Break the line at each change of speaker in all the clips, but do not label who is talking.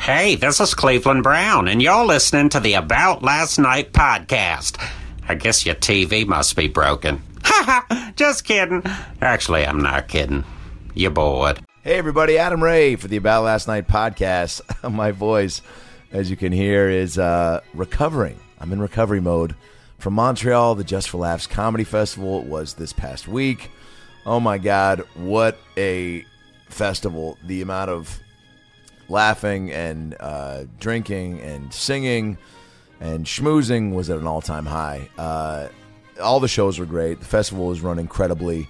Hey, this is Cleveland Brown, and you're listening to the About Last Night podcast. I guess your TV must be broken. Ha ha! Just kidding. Actually, I'm not kidding. You're bored.
Hey, everybody, Adam Ray for the About Last Night podcast. My voice, as you can hear, is uh, recovering. I'm in recovery mode from Montreal. The Just for Laughs Comedy Festival was this past week. Oh my God, what a festival! The amount of laughing and uh, drinking and singing and schmoozing was at an all time high. Uh, all the shows were great. The festival was run incredibly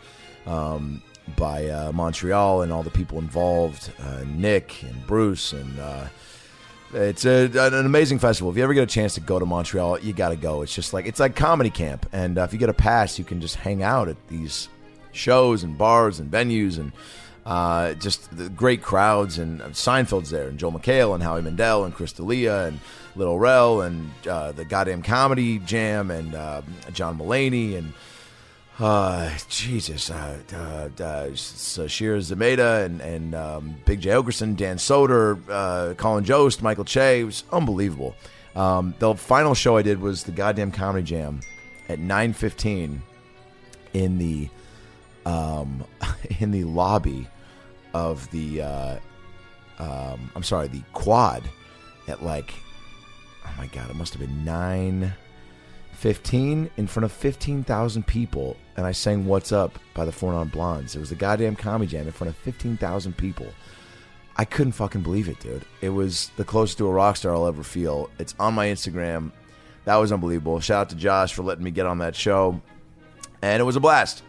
um, by uh, Montreal and all the people involved uh, Nick and Bruce. And uh, it's a, an amazing festival. If you ever get a chance to go to Montreal, you got to go. It's just like, it's like comedy camp. And uh, if you get a pass, you can just hang out at these shows and bars and venues and uh, just the great crowds and uh, Seinfeld's there and Joel McHale and Howie Mandel and Chris D'Elia and Little Rel and uh, the goddamn comedy jam and uh, John Mulaney and uh, Jesus, uh, uh, uh, Shira Zameda and, and um, Big J. Ogerson, Dan Soder, uh, Colin Jost, Michael Che. It was unbelievable. Um, the final show I did was the goddamn Comedy Jam at 9.15 in the um, in the lobby of the uh, um, I'm sorry, the quad at like oh my god, it must have been nine fifteen in front of fifteen thousand people, and I sang "What's Up" by the Four Non Blondes. It was a goddamn comedy jam in front of fifteen thousand people. I couldn't fucking believe it, dude. It was the closest to a rock star I'll ever feel. It's on my Instagram. That was unbelievable. Shout out to Josh for letting me get on that show, and it was a blast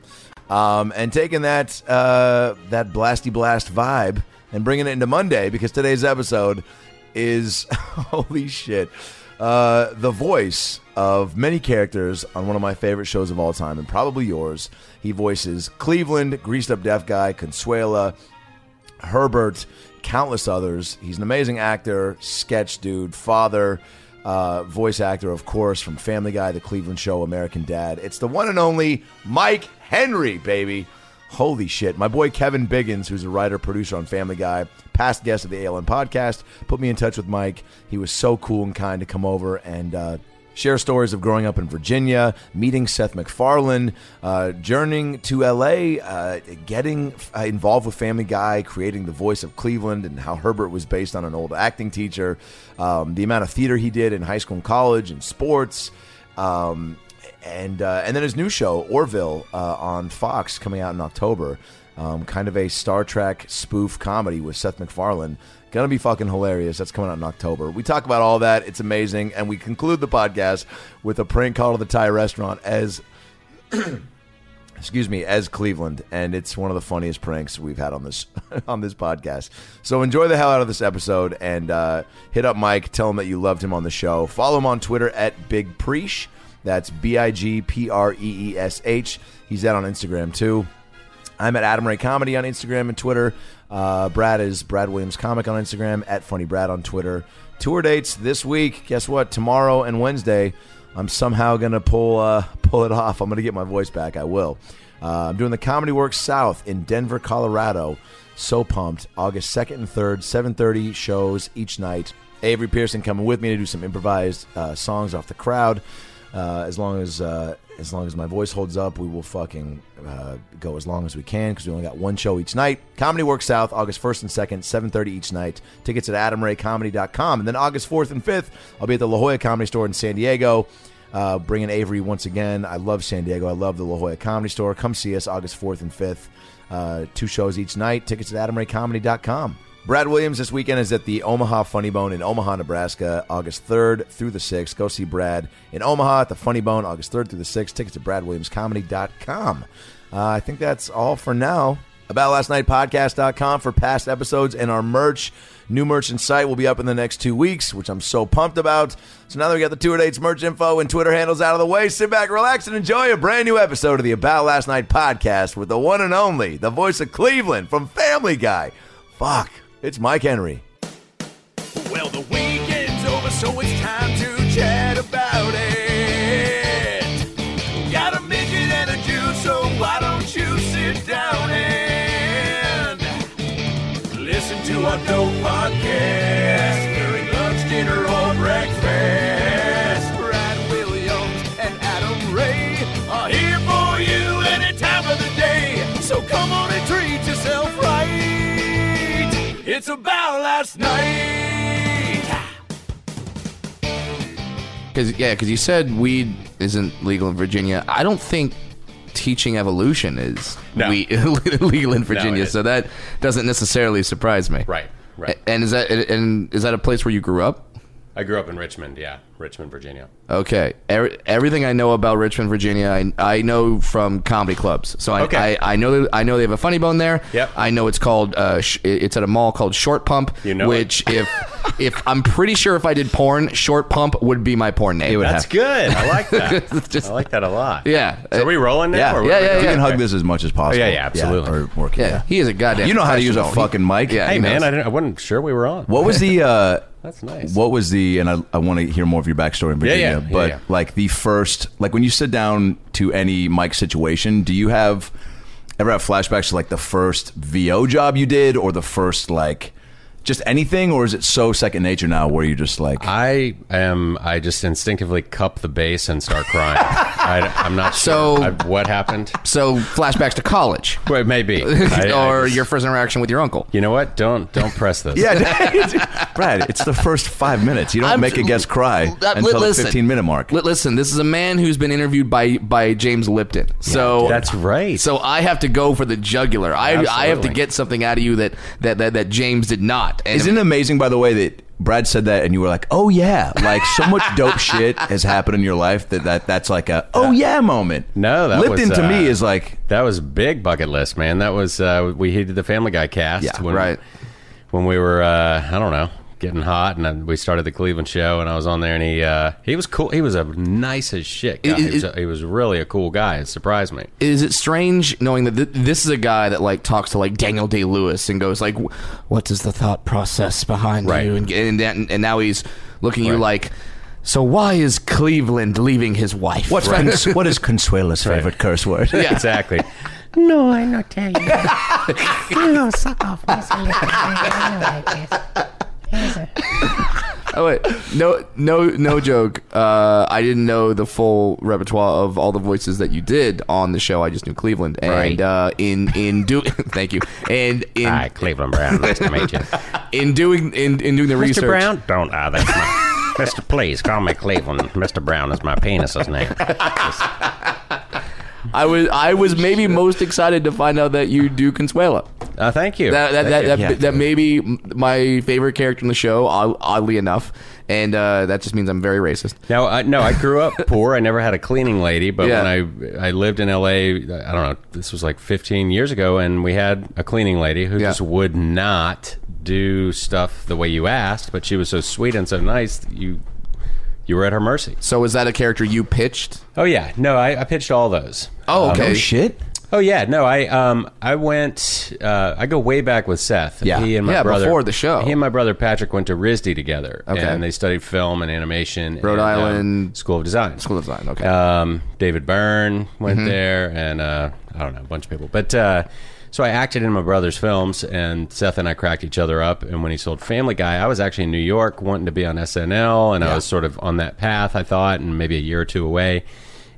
um, and taking that uh, that blasty blast vibe and bringing it into Monday because today's episode is holy shit uh, the voice of many characters on one of my favorite shows of all time and probably yours. He voices Cleveland, greased up deaf guy, Consuela, Herbert, countless others. He's an amazing actor, sketch dude, father, uh, voice actor, of course, from Family Guy, The Cleveland Show, American Dad. It's the one and only Mike Henry, baby. Holy shit. My boy Kevin Biggins, who's a writer producer on Family Guy, past guest of the ALN podcast, put me in touch with Mike. He was so cool and kind to come over and uh, share stories of growing up in Virginia, meeting Seth MacFarlane, uh, journeying to LA, uh, getting uh, involved with Family Guy, creating the voice of Cleveland, and how Herbert was based on an old acting teacher, um, the amount of theater he did in high school and college and sports. Um, and uh, and then his new show Orville uh, on Fox coming out in October, um, kind of a Star Trek spoof comedy with Seth MacFarlane. Gonna be fucking hilarious. That's coming out in October. We talk about all that. It's amazing, and we conclude the podcast with a prank call to the Thai restaurant as. Excuse me, as Cleveland, and it's one of the funniest pranks we've had on this on this podcast. So enjoy the hell out of this episode, and uh, hit up Mike, tell him that you loved him on the show. Follow him on Twitter at Big Preesh. That's B I G P R E E S H. He's out on Instagram too. I'm at Adam Ray Comedy on Instagram and Twitter. Uh, Brad is Brad Williams Comic on Instagram, at Funny Brad on Twitter. Tour dates this week. Guess what? Tomorrow and Wednesday, I'm somehow gonna pull uh, pull it off. I'm gonna get my voice back. I will. Uh, I'm doing the Comedy Works South in Denver, Colorado. So pumped! August 2nd and 3rd, 7:30 shows each night. Avery Pearson coming with me to do some improvised uh, songs off the crowd. Uh, as long as uh, as long as my voice holds up, we will fucking uh, go as long as we can because we only got one show each night. Comedy Works South, August 1st and 2nd, 7.30 each night. Tickets at adamraycomedy.com. And then August 4th and 5th, I'll be at the La Jolla Comedy Store in San Diego. Uh, bringing Avery once again. I love San Diego. I love the La Jolla Comedy Store. Come see us August 4th and 5th. Uh, two shows each night. Tickets at adamraycomedy.com. Brad Williams this weekend is at the Omaha Funny Bone in Omaha, Nebraska, August 3rd through the 6th. Go see Brad in Omaha at the Funny Bone, August 3rd through the 6th. Tickets at bradwilliamscomedy.com. Uh, I think that's all for now. About Last Night Podcast.com for past episodes and our merch. New merch and site will be up in the next two weeks, which I'm so pumped about. So now that we got the tour dates, merch info, and Twitter handles out of the way, sit back, relax, and enjoy a brand new episode of the About Last Night Podcast with the one and only, the voice of Cleveland from Family Guy. Fuck, it's Mike Henry.
Well, the weekend's over, so it's time to chat about it. Got a midget and a Jew, so why don't you sit down and listen to our dope podcast?
last night.
Because yeah, because you said weed isn't legal in Virginia. I don't think teaching evolution is
No.
we- legal in Virginia,
isn't.
so that doesn't necessarily surprise me.
Right, right.
A- And is that and is that a place where you grew up?
I grew up in Richmond, yeah, Richmond, Virginia.
Okay. Er- everything I know about Richmond, Virginia, I, I know from comedy clubs. So I,
Okay.
I, I know that- I know they have a funny bone there.
Yep.
I know it's called uh, sh- it's at a mall called Short Pump.
You know
which if if I'm pretty sure if I did porn, Short Pump would be my porn name.
That's good. I like that.
Just-
I like that a lot.
Yeah.
So are we rolling now?
Yeah.
or what
Yeah,
are we
yeah,
doing?
You can
yeah.
hug this as much as possible.
yeah, absolutely.
or work it,
Yeah, he is a goddamn.
You know how to use a
professional.
fucking mic.
yeah,
Hey
he knows.
man, I, didn't, I wasn't sure we were on.
What was the? Uh,
That's nice.
What was the? And I, I want to hear more of your backstory in
Yeah,
Virginia.
yeah, yeah,
but
yeah.
like the first, like when you sit down to any mic situation, do you have ever have flashbacks to like the first VO job you did, or the first like just anything, or is it so second nature now where you're just like
I am. I just instinctively cup the bass and start crying. I, am not
So-
sure I- what happened.
So flashbacks to college,
Well, maybe I- I
or
just-
your first interaction with your uncle.
You know what? Don't don't press this.
yeah, Brad? It's the first five minutes. You don't
I'm-
make a guest cry
Uh, li-
until
listen.
the 15 minute mark.
Li- Listen, this is a man who's been interviewed by by James Lipton. So
that's right.
So I have to go for the jugular. I I have to
Absolutely.
get something out of you that that that, that James did not. And
Isn't it amazing, by the way, that Brad said that, and you were like, "Oh yeah!" Like so much dope shit has happened in your life that, that that's like a "Oh yeah" moment.
No, that
Lipton
was,
to me
uh,
is like
That was big bucket list, man. That was uh, we he did the Family Guy cast.
Yeah,
when,
right.
When we were, uh, I don't know, getting hot, and then we started the Cleveland show, and I was on there, and he uh, he was cool. He was a nice as shit. Guy.
It- it-
he, was a- he was really a cool guy. It surprised me.
is it strange knowing that th- this is a guy that like talks to like Daniel Day Lewis and goes like, "What is the thought process behind
Right.
you?" And and, that, and now he's looking at you like, "So why is Cleveland leaving his wife?"
what's cons- what is Consuela's favorite curse word?
Yeah.
exactly.
No, I not tell you. you know, suck off my son. I don't like this. Here's a-
Oh wait, no, no, no joke. Uh, I didn't know the full repertoire of all the voices that you did on the show. I just knew Cleveland, and
Right.
uh, in in do thank you, and in
Hi, Cleveland Brown. Nice to meet you, Mr.
in doing in, in doing the research.
Brown. Don't
Ah,
uh, that's my Mr. Please call me Cleveland. Mr. Brown is my penis's name.
I was I was maybe most excited to find out that you do Consuela.
Uh, thank you.
That that
Thank
that,
you.
that,
Yeah.
that may be my favorite character in the show, od- oddly enough, and uh, that just means I'm very racist.
Now, I, no, I grew up poor. I never had a cleaning lady, but
Yeah.
when I I lived in L.A., I don't know, this was like 15 years ago, and we had a cleaning lady who
Yeah.
just would not do stuff the way you asked, but she was so sweet and so nice, that you you were at her mercy.
So is that a character you pitched?
Oh yeah, no, I, I pitched all those.
Oh,
Um,
okay.
Oh shit!
oh yeah, no, I um I went uh, I go way back with Seth.
Yeah.
he and my
Yeah,
brother
before the show.
He and my brother Patrick went to RISD together,
Okay.
and they studied film and animation,
Rhode
and, um,
Island-
School of Design.
School of Design. Okay.
Um, David Byrne went there, and uh, I don't know, a bunch of people. But uh, so I acted in my brother's films, and Seth and I cracked each other up. And when he sold Family Guy, I was actually in New York wanting to be on SNL, and I was sort of on that path, I thought, and maybe a year or two away.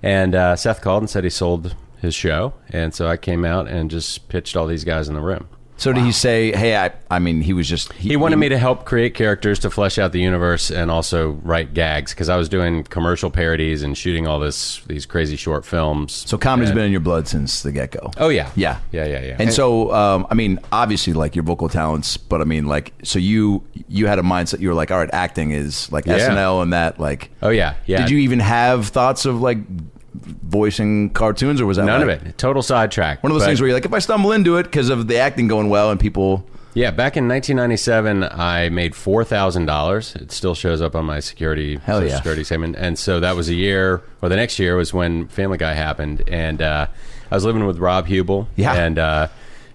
And uh, Seth called and said he sold his show, and so I came out and just pitched all these guys in the room.
So did he say, "Hey, I"? I mean, he was just
He wanted me to help create characters to flesh out the universe and also write gags because I was doing commercial parodies and shooting all this these crazy short films.
So comedy's been in your blood since the get go.
Oh yeah,
Yeah,
yeah, yeah, yeah.
And so, um, I mean, obviously, like your vocal talents, but I mean, like, so you you had a mindset. You were like, all right, acting is like
Yeah.
SNL and that. Like,
oh yeah, yeah.
Did you even have thoughts of like voicing cartoons, or was that
None
like-
of it. Total sidetrack.
One of those
But-
things where you're like, if I stumble into it because of the acting going well and people,
yeah, back in 1997, I made four thousand dollars. It still shows up on my security
Hell
social
yeah.
security statement. And so that was a year, or the next year was when Family Guy happened, and uh, I was living with Rob Hubel.
Yeah.
and. Uh,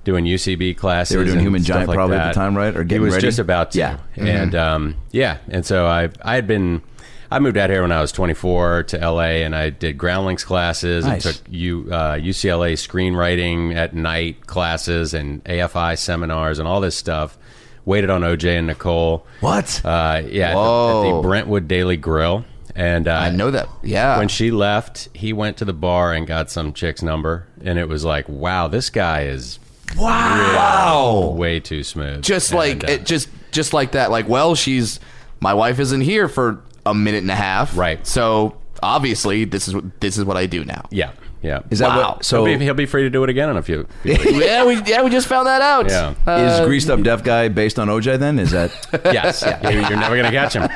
Doing UCB classes.
They were doing
and
Human
stuff
Giant
like
probably at the
that.
time, right? Or
he
getting
was
ready?
just about to.
Yeah.
and um, yeah, and so I I had been I moved out here when I was 24 to LA, and I did Groundlings classes
Nice.
and took U, uh, UCLA screenwriting at night classes and AFI seminars and all this stuff. Waited on OJ and Nicole.
what?
Uh, yeah, at the- at the,
Whoa.
Brentwood Daily Grill, and uh,
I know that. Yeah.
when she left, he went to the bar and got some chick's number, and it was like, wow, this guy is
wow.
way too smooth.
just
And,
like
uh,
it just just like that. Like, well, she's my wife isn't here for a minute and a half,
Right.
So obviously, this is what this is what I do now.
Yeah, yeah.
Is that
Wow.
what? So
he'll, be, he'll be free to do it again in a few. few weeks.
yeah, we yeah we just found that out.
Yeah.
Uh,
Is greased up deaf guy based on OJ? Then is that?
yes, You- you're never gonna catch him.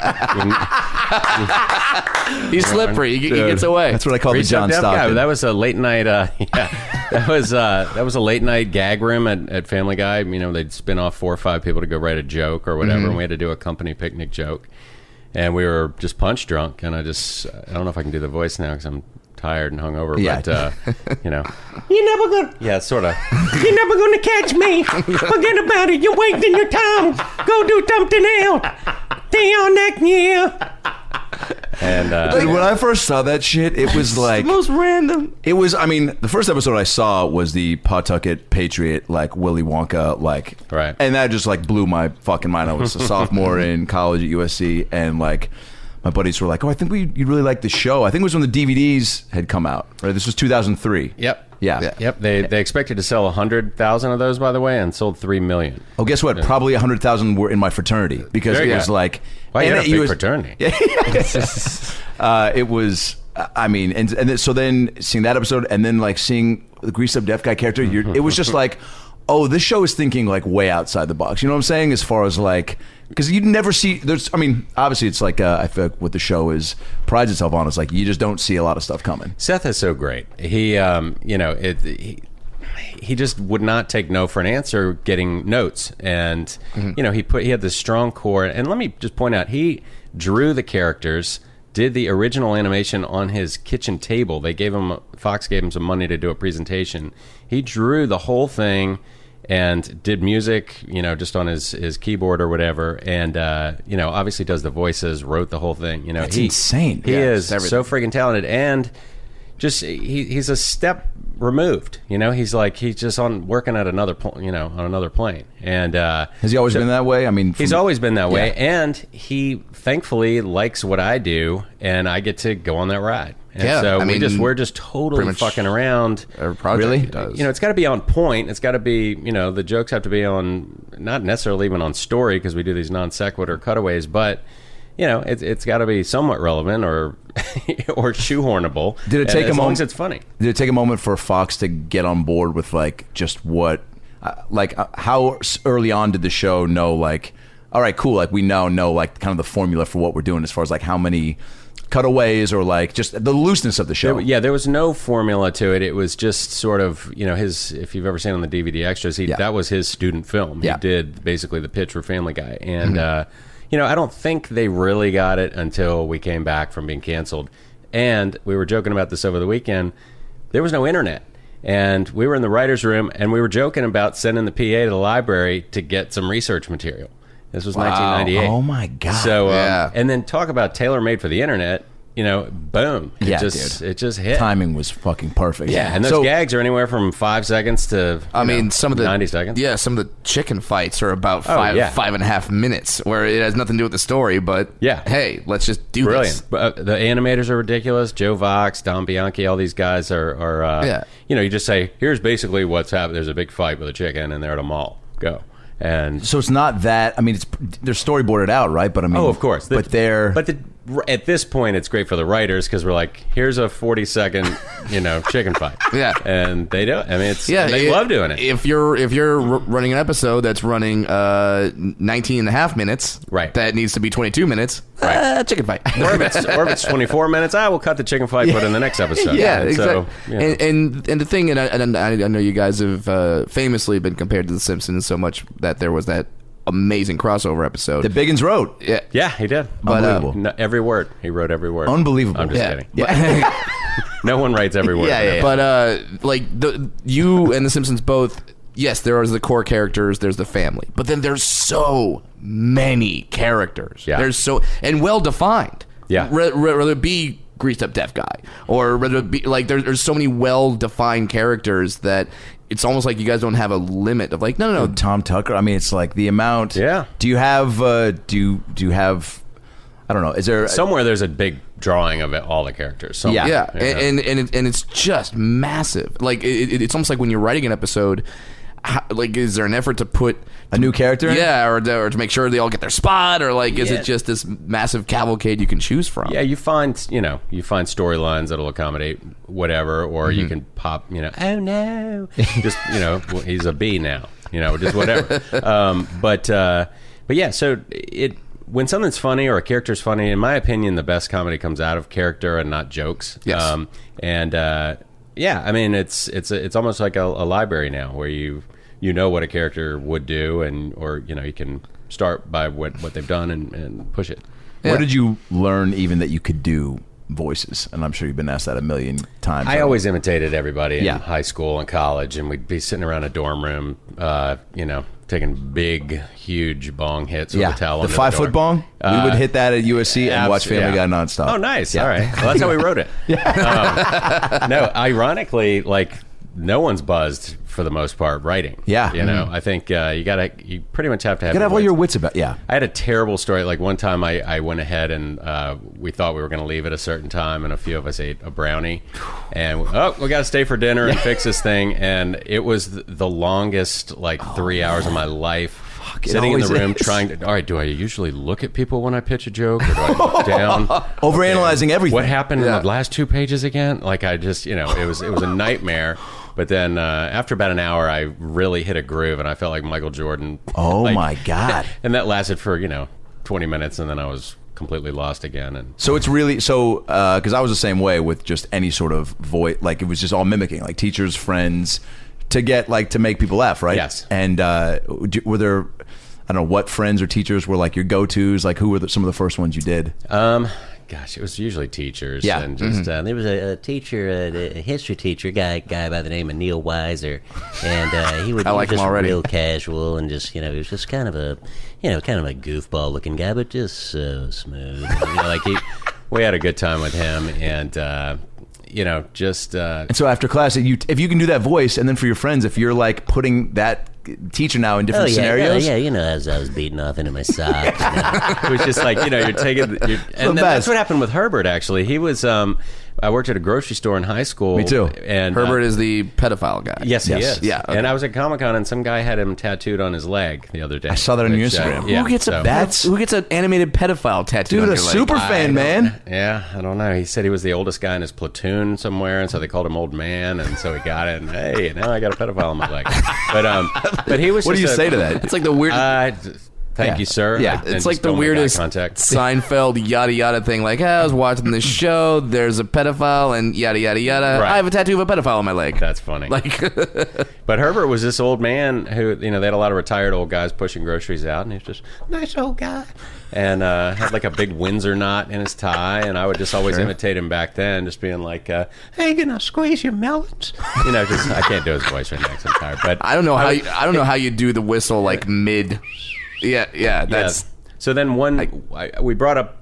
he's slippery. He, he gets away.
That's what I call the
Reached
John
out to that guy.
Stockton.
That was a late night. Uh, yeah, that was uh, that was a late night gag room at, at Family Guy. You know, they'd spin off four or five people to go write a joke or
Mm-hmm.
whatever, and we had to do a company picnic joke. And we were just punch drunk, and I just I don't know if I can do the voice now because I'm tired and hungover.
Yeah.
But uh, you know,
You're never gonna,
yeah, sort of.
you're never gonna catch me. Forget about it. You're wasting your time. Go do something else. Stay on next year.
And
Oh,
uh,
Dude, when I first saw that shit, it was like
most random.
it was. I mean, the first episode I saw was the Pawtucket Patriot, like Willy Wonka, like
Right.
and that just like blew my fucking mind. I was a sophomore in college at USC, and like my buddies were like, "Oh, I think we you really like the show." I think it was when the DVDs had come out. Right, this was 2003.
yep,
Yeah.
yep. They they expected to sell hundred thousand of those, by the way, and sold three million.
Oh, guess what? Probably a hundred thousand were in my fraternity because
There
it
you
was
go.
like
Why
and
you're in a
it-
big
was-
fraternity?
uh, it was I mean and and then- so then seeing that episode and then like seeing the greased up deaf guy character you're, it was just like oh this show is thinking like way outside the box you know what I'm saying as far as like because you never see there's I mean obviously it's like uh, I feel like what the show is prides itself on is like you just don't see a lot of stuff coming
Seth is so great. He, um, you know, it, he, he just would not take no for an answer. Getting notes, and
Mm-hmm.
you know, he put he had this strong core. And let me just point out, he drew the characters, did the original animation on his kitchen table. They gave him Fox gave him some money to do a presentation. He drew the whole thing and did music, you know, just on his his keyboard or whatever. And uh, you know, obviously does the voices, wrote the whole thing. You know,
That's
he,
insane.
He
Yeah,
is so freaking talented and just he, he's a step removed you know he's like he's just on working at another pl- you know on another plane and uh
has he always been that way I mean
he's
from-
always been that way and he thankfully likes what i do and i get to go on that ride and
Yeah,
so
I
we
mean,
just we're just
pretty
totally
much
fucking around
Every project
Really?
he does.
you know, it's got to be on point. It's got to be, you know, the jokes have to be on, not necessarily even on story because we do these non sequitur cutaways, but you know, it's it's got to be somewhat relevant or or shoehornable.
Did it
And
take
as
a
long
moment?
As it's funny.
Did it take a moment for Fox to get on board with like just what, uh, like uh, how s- early on did the show know like, all right, cool, like we now know like kind of the formula for what we're doing as far as like how many cutaways or like just the looseness of the show.
Yeah, there was no formula to it. It was just sort of, you know, his. If you've ever seen on the DVD extras, he
Yeah.
that was his student film.
Yeah. Mm-hmm.
He did basically the pitch for Family Guy, and uh, you know, I don't think they really got it until we came back from being canceled. And we were joking about this over the weekend. There was no internet, and we were in the writers' room, and we were joking about sending the PA to the library to get some research material. This was 1998.
Oh my God.
So um,
Yeah.
and then talk about tailor made for the internet. You know, boom. It
Yeah,
just
dude.
it just hit.
Timing was fucking perfect.
Yeah, and those
so,
gags are anywhere from five seconds to
I
you
mean,
know,
some of the
ninety seconds.
Yeah, some of the chicken fights are about
Oh,
five,
yeah.
five and a half minutes, where it has nothing to do with the story. But
Yeah.
hey, let's just do
brilliant.
this.
But, uh, the animators are ridiculous. Joe Vox, Don Bianchi, all these guys are are uh,
Yeah.
You know, you just say, "Here's basically what's happened." There's a big fight with a chicken, and they're at a mall. Go and
so it's not that. I mean, it's they're storyboarded out, right? But I mean,
oh, of course.
but they're
but the, at this point, it's great for the writers because we're like, "Here's a forty second, you know, chicken fight."
Yeah.
and they do. it. I mean, it's
Yeah,
yeah, they
it-
love doing it.
If you're if you're r- running an episode that's running uh 19 and a half minutes,
Right.
That needs to be 22 minutes.
Right.
uh, chicken fight.
or if it's, or if it's 24 minutes, I will cut the chicken fight, put in the next episode.
Yeah,
So,
exactly.
you know.
and, and and the thing, and I, and I I know you guys have uh, famously been compared to The Simpsons so much that there was that amazing crossover episode.
the Biggins Road.
yeah,
yeah, he did.
But, uh,
Unbelievable.
No, every word. He wrote every word.
Unbelievable.
I'm just
yeah,
kidding.
yeah.
No one writes every word.
yeah, But uh, like the you and the Simpsons both. Yes, there is the core characters. There's the family, but then there's so many characters.
Yeah.
there's so and well defined.
Yeah.
Re- re- whether it be greased up deaf guy or whether it be like there, there's so many well defined characters that it's almost like you guys don't have a limit of like no no no
Tom Tucker. I mean, it's like the amount.
Yeah.
Do you have? Uh, do do you have? I don't know. Is there
Somewhere there's a big drawing of it, all the characters. Somewhere.
Yeah.
yeah, and and and, it, and it's just massive. Like it, it, it's almost like when you're writing an episode. how, like is there an effort to put
a new character. in it?
yeah or, to- or to make sure they all get their spot or like is it just this massive cavalcade you can choose from?
Yeah, you find you know you find storylines that'll accommodate whatever, or
Mm-hmm.
you can pop you know oh no, just you know well, he's a bee now, you know just whatever. um, but uh, but yeah, so it when something's funny or a character's funny, in my opinion, the best comedy comes out of character and not jokes. Um,
Yes.
and uh, yeah, I mean it's it's it's almost like a, a library now where you you know what a character would do and or you know you can start by what what they've done and, and push it.
Yeah.
Where did you learn even that you could do voices? And I'm sure you've been asked that a million times.
I always imitated everybody in
Yeah.
high school and college, and we'd be sitting around a dorm room, uh, you know, taking big, huge bong hits
yeah,
with a towel.
the
under
five
door.
foot bong.
Uh,
we would hit that at USC and
abs-
watch Family Guy
yeah.
nonstop.
Oh, nice. All right. Well, that's how we wrote it. Um, no, ironically, like no one's buzzed for the most part writing.
Yeah. Mm-hmm.
You know, I think uh, you gotta, you pretty much have to have.
You gotta have all
wits
your wits about. Yeah,
I had a terrible story. Like one time, I, I went ahead and uh, we thought we were going to leave at a certain time, and a few of us ate a brownie, and oh, we got to stay for dinner and fix this thing. And it was th- the longest like three hours of my life. sitting in the
Oh, always
room
is.
trying to all right do i usually look at people when i pitch a joke or do i look down
overanalyzing everything.
what happened
Yeah.
in the last two pages again? Like I just, you know, it was it was a nightmare. But then uh, after about an hour, I really hit a groove, and I felt like Michael Jordan.
Oh
Like,
my god!
And that lasted for you know twenty minutes, and then I was completely lost again. And
So it's really so because I was the same way with just any sort of voice. Like it was just all mimicking, like teachers, friends, to get like to make people laugh, right?
Yes.
And uh, do- were there? I don't know what friends or teachers were like your go-tos. Like who were the, some of the first ones you did?
um, gosh, it was usually teachers.
Yeah. Mm-hmm.
and just uh,
there was a, a teacher, a, a history teacher, guy guy by the name of Neil Weiser, and uh, he would
I
he was
like him
just
already.
real casual and just you know he was just kind of a you know kind of a goofball looking guy, but just so
you
smooth.
know, uh, like he, we had a good time with him, and uh, you know, just uh,
And so after class, you if you can do that voice, and then for your friends, if you're like putting that teacher now in different
Oh, yeah,
scenarios,
yeah, yeah, you know, as I was beating off into my socks. you know.
it was just like you know you're taking you're, and then
best.
that's what happened with Herbert actually he was um I worked at a grocery store in high school
Me too.
and
Herbert
uh,
is the pedophile guy.
yes, he
Yes.
is
Yeah, okay.
and I was at Comic Con and some guy had him tattooed on his leg the other day uh, I
saw that on your Instagram.
who gets a
That's-
who gets an animated pedophile tattoo?
dude,
on
a
your leg?
super fan, man.
yeah I don't know he said he was the oldest guy in his platoon somewhere and so they called him old man and so he got it and hey now I got a pedophile on my leg but um but he was
What do you
just a-
say to that?
It's like the weird.
uh, thank
Yeah.
you sir
yeah,
And
it's
just
like the
don't make eye
weirdest
contact
Seinfeld yada yada thing. Like, "Ah, I was watching this show. There's a pedophile and yada yada yada.
Right.
I have a tattoo of a pedophile on my leg.
that's funny
like,
But Herbert was this old man who, you know, they had a lot of retired old guys pushing groceries out, and he was just nice old guy, and uh, had like a big Windsor knot in his tie, and I would just always imitate him back then, just being like, uh, "Hey, can I squeeze your melons?" You know, because I can't do his voice right now 'cause I'm tired. But
I don't know how you, I don't know how you do the whistle like mid. Yeah, yeah, that's
yeah. so. Then one, I, we brought up.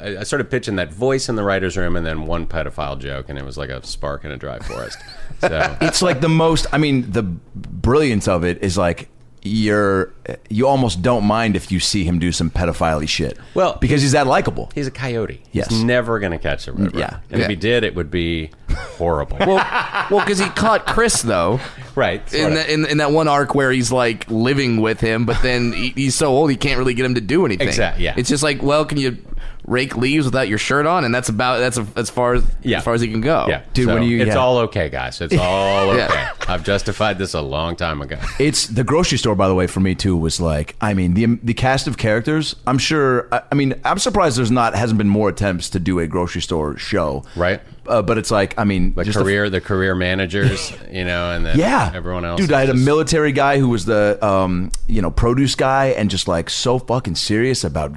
I I started pitching that voice in the writers' room, and then one pedophile joke, and it was like a spark in a dry forest. So
It's like the most. I mean, the brilliance of it is like you're you almost don't mind if you see him do some pedophile shit.
Well,
because he's that likable.
he's a coyote.
Yes. Mm,
he's never going to catch a river.
yeah.
and
Yeah.
if he did, it would be horrible.
well, well, because he caught Chris though
Right.
in,
sorta.
the, in in that one arc where he's like living with him, but then he, he's so old he can't really get him to do anything.
Exact- yeah.
it's just like, well, can you rake leaves without your shirt on? And that's about that's a, as far as
Yeah.
as far as he can go.
yeah,
oh, Dude, when you-
it's
yeah.
all okay, guys. It's all okay.
Yeah.
I've justified this a long time ago.
It's the grocery store, by the way, for me too. Was like, I mean, the the cast of characters. I'm sure. I, I mean, I'm surprised there's not hasn't been more attempts to do a grocery store show,
Right.
Uh, but it's like, I mean,
The
just the-
career, the career managers, you know, and then
yeah,
everyone else.
Dude,
is
I had a
just-
military guy who was the um, you know produce guy, and just like so fucking serious about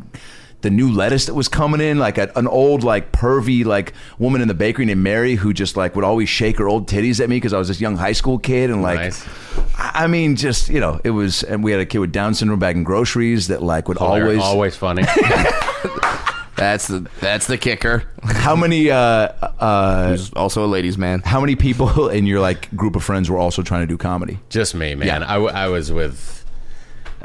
the new lettuce that was coming in. Like a, an old like pervy like woman in the bakery named Mary who just like would always shake her old titties at me because I was this young high school kid, and like.
Nice.
I I mean, just you know, it was, and we had a kid with Down syndrome bagging groceries that like would
They're
always,
always funny.
that's the that's the kicker.
How many, uh, uh,
He's also a ladies' man.
how many people in your like group of friends were also trying to do comedy?
Just me, man. I, w- I was with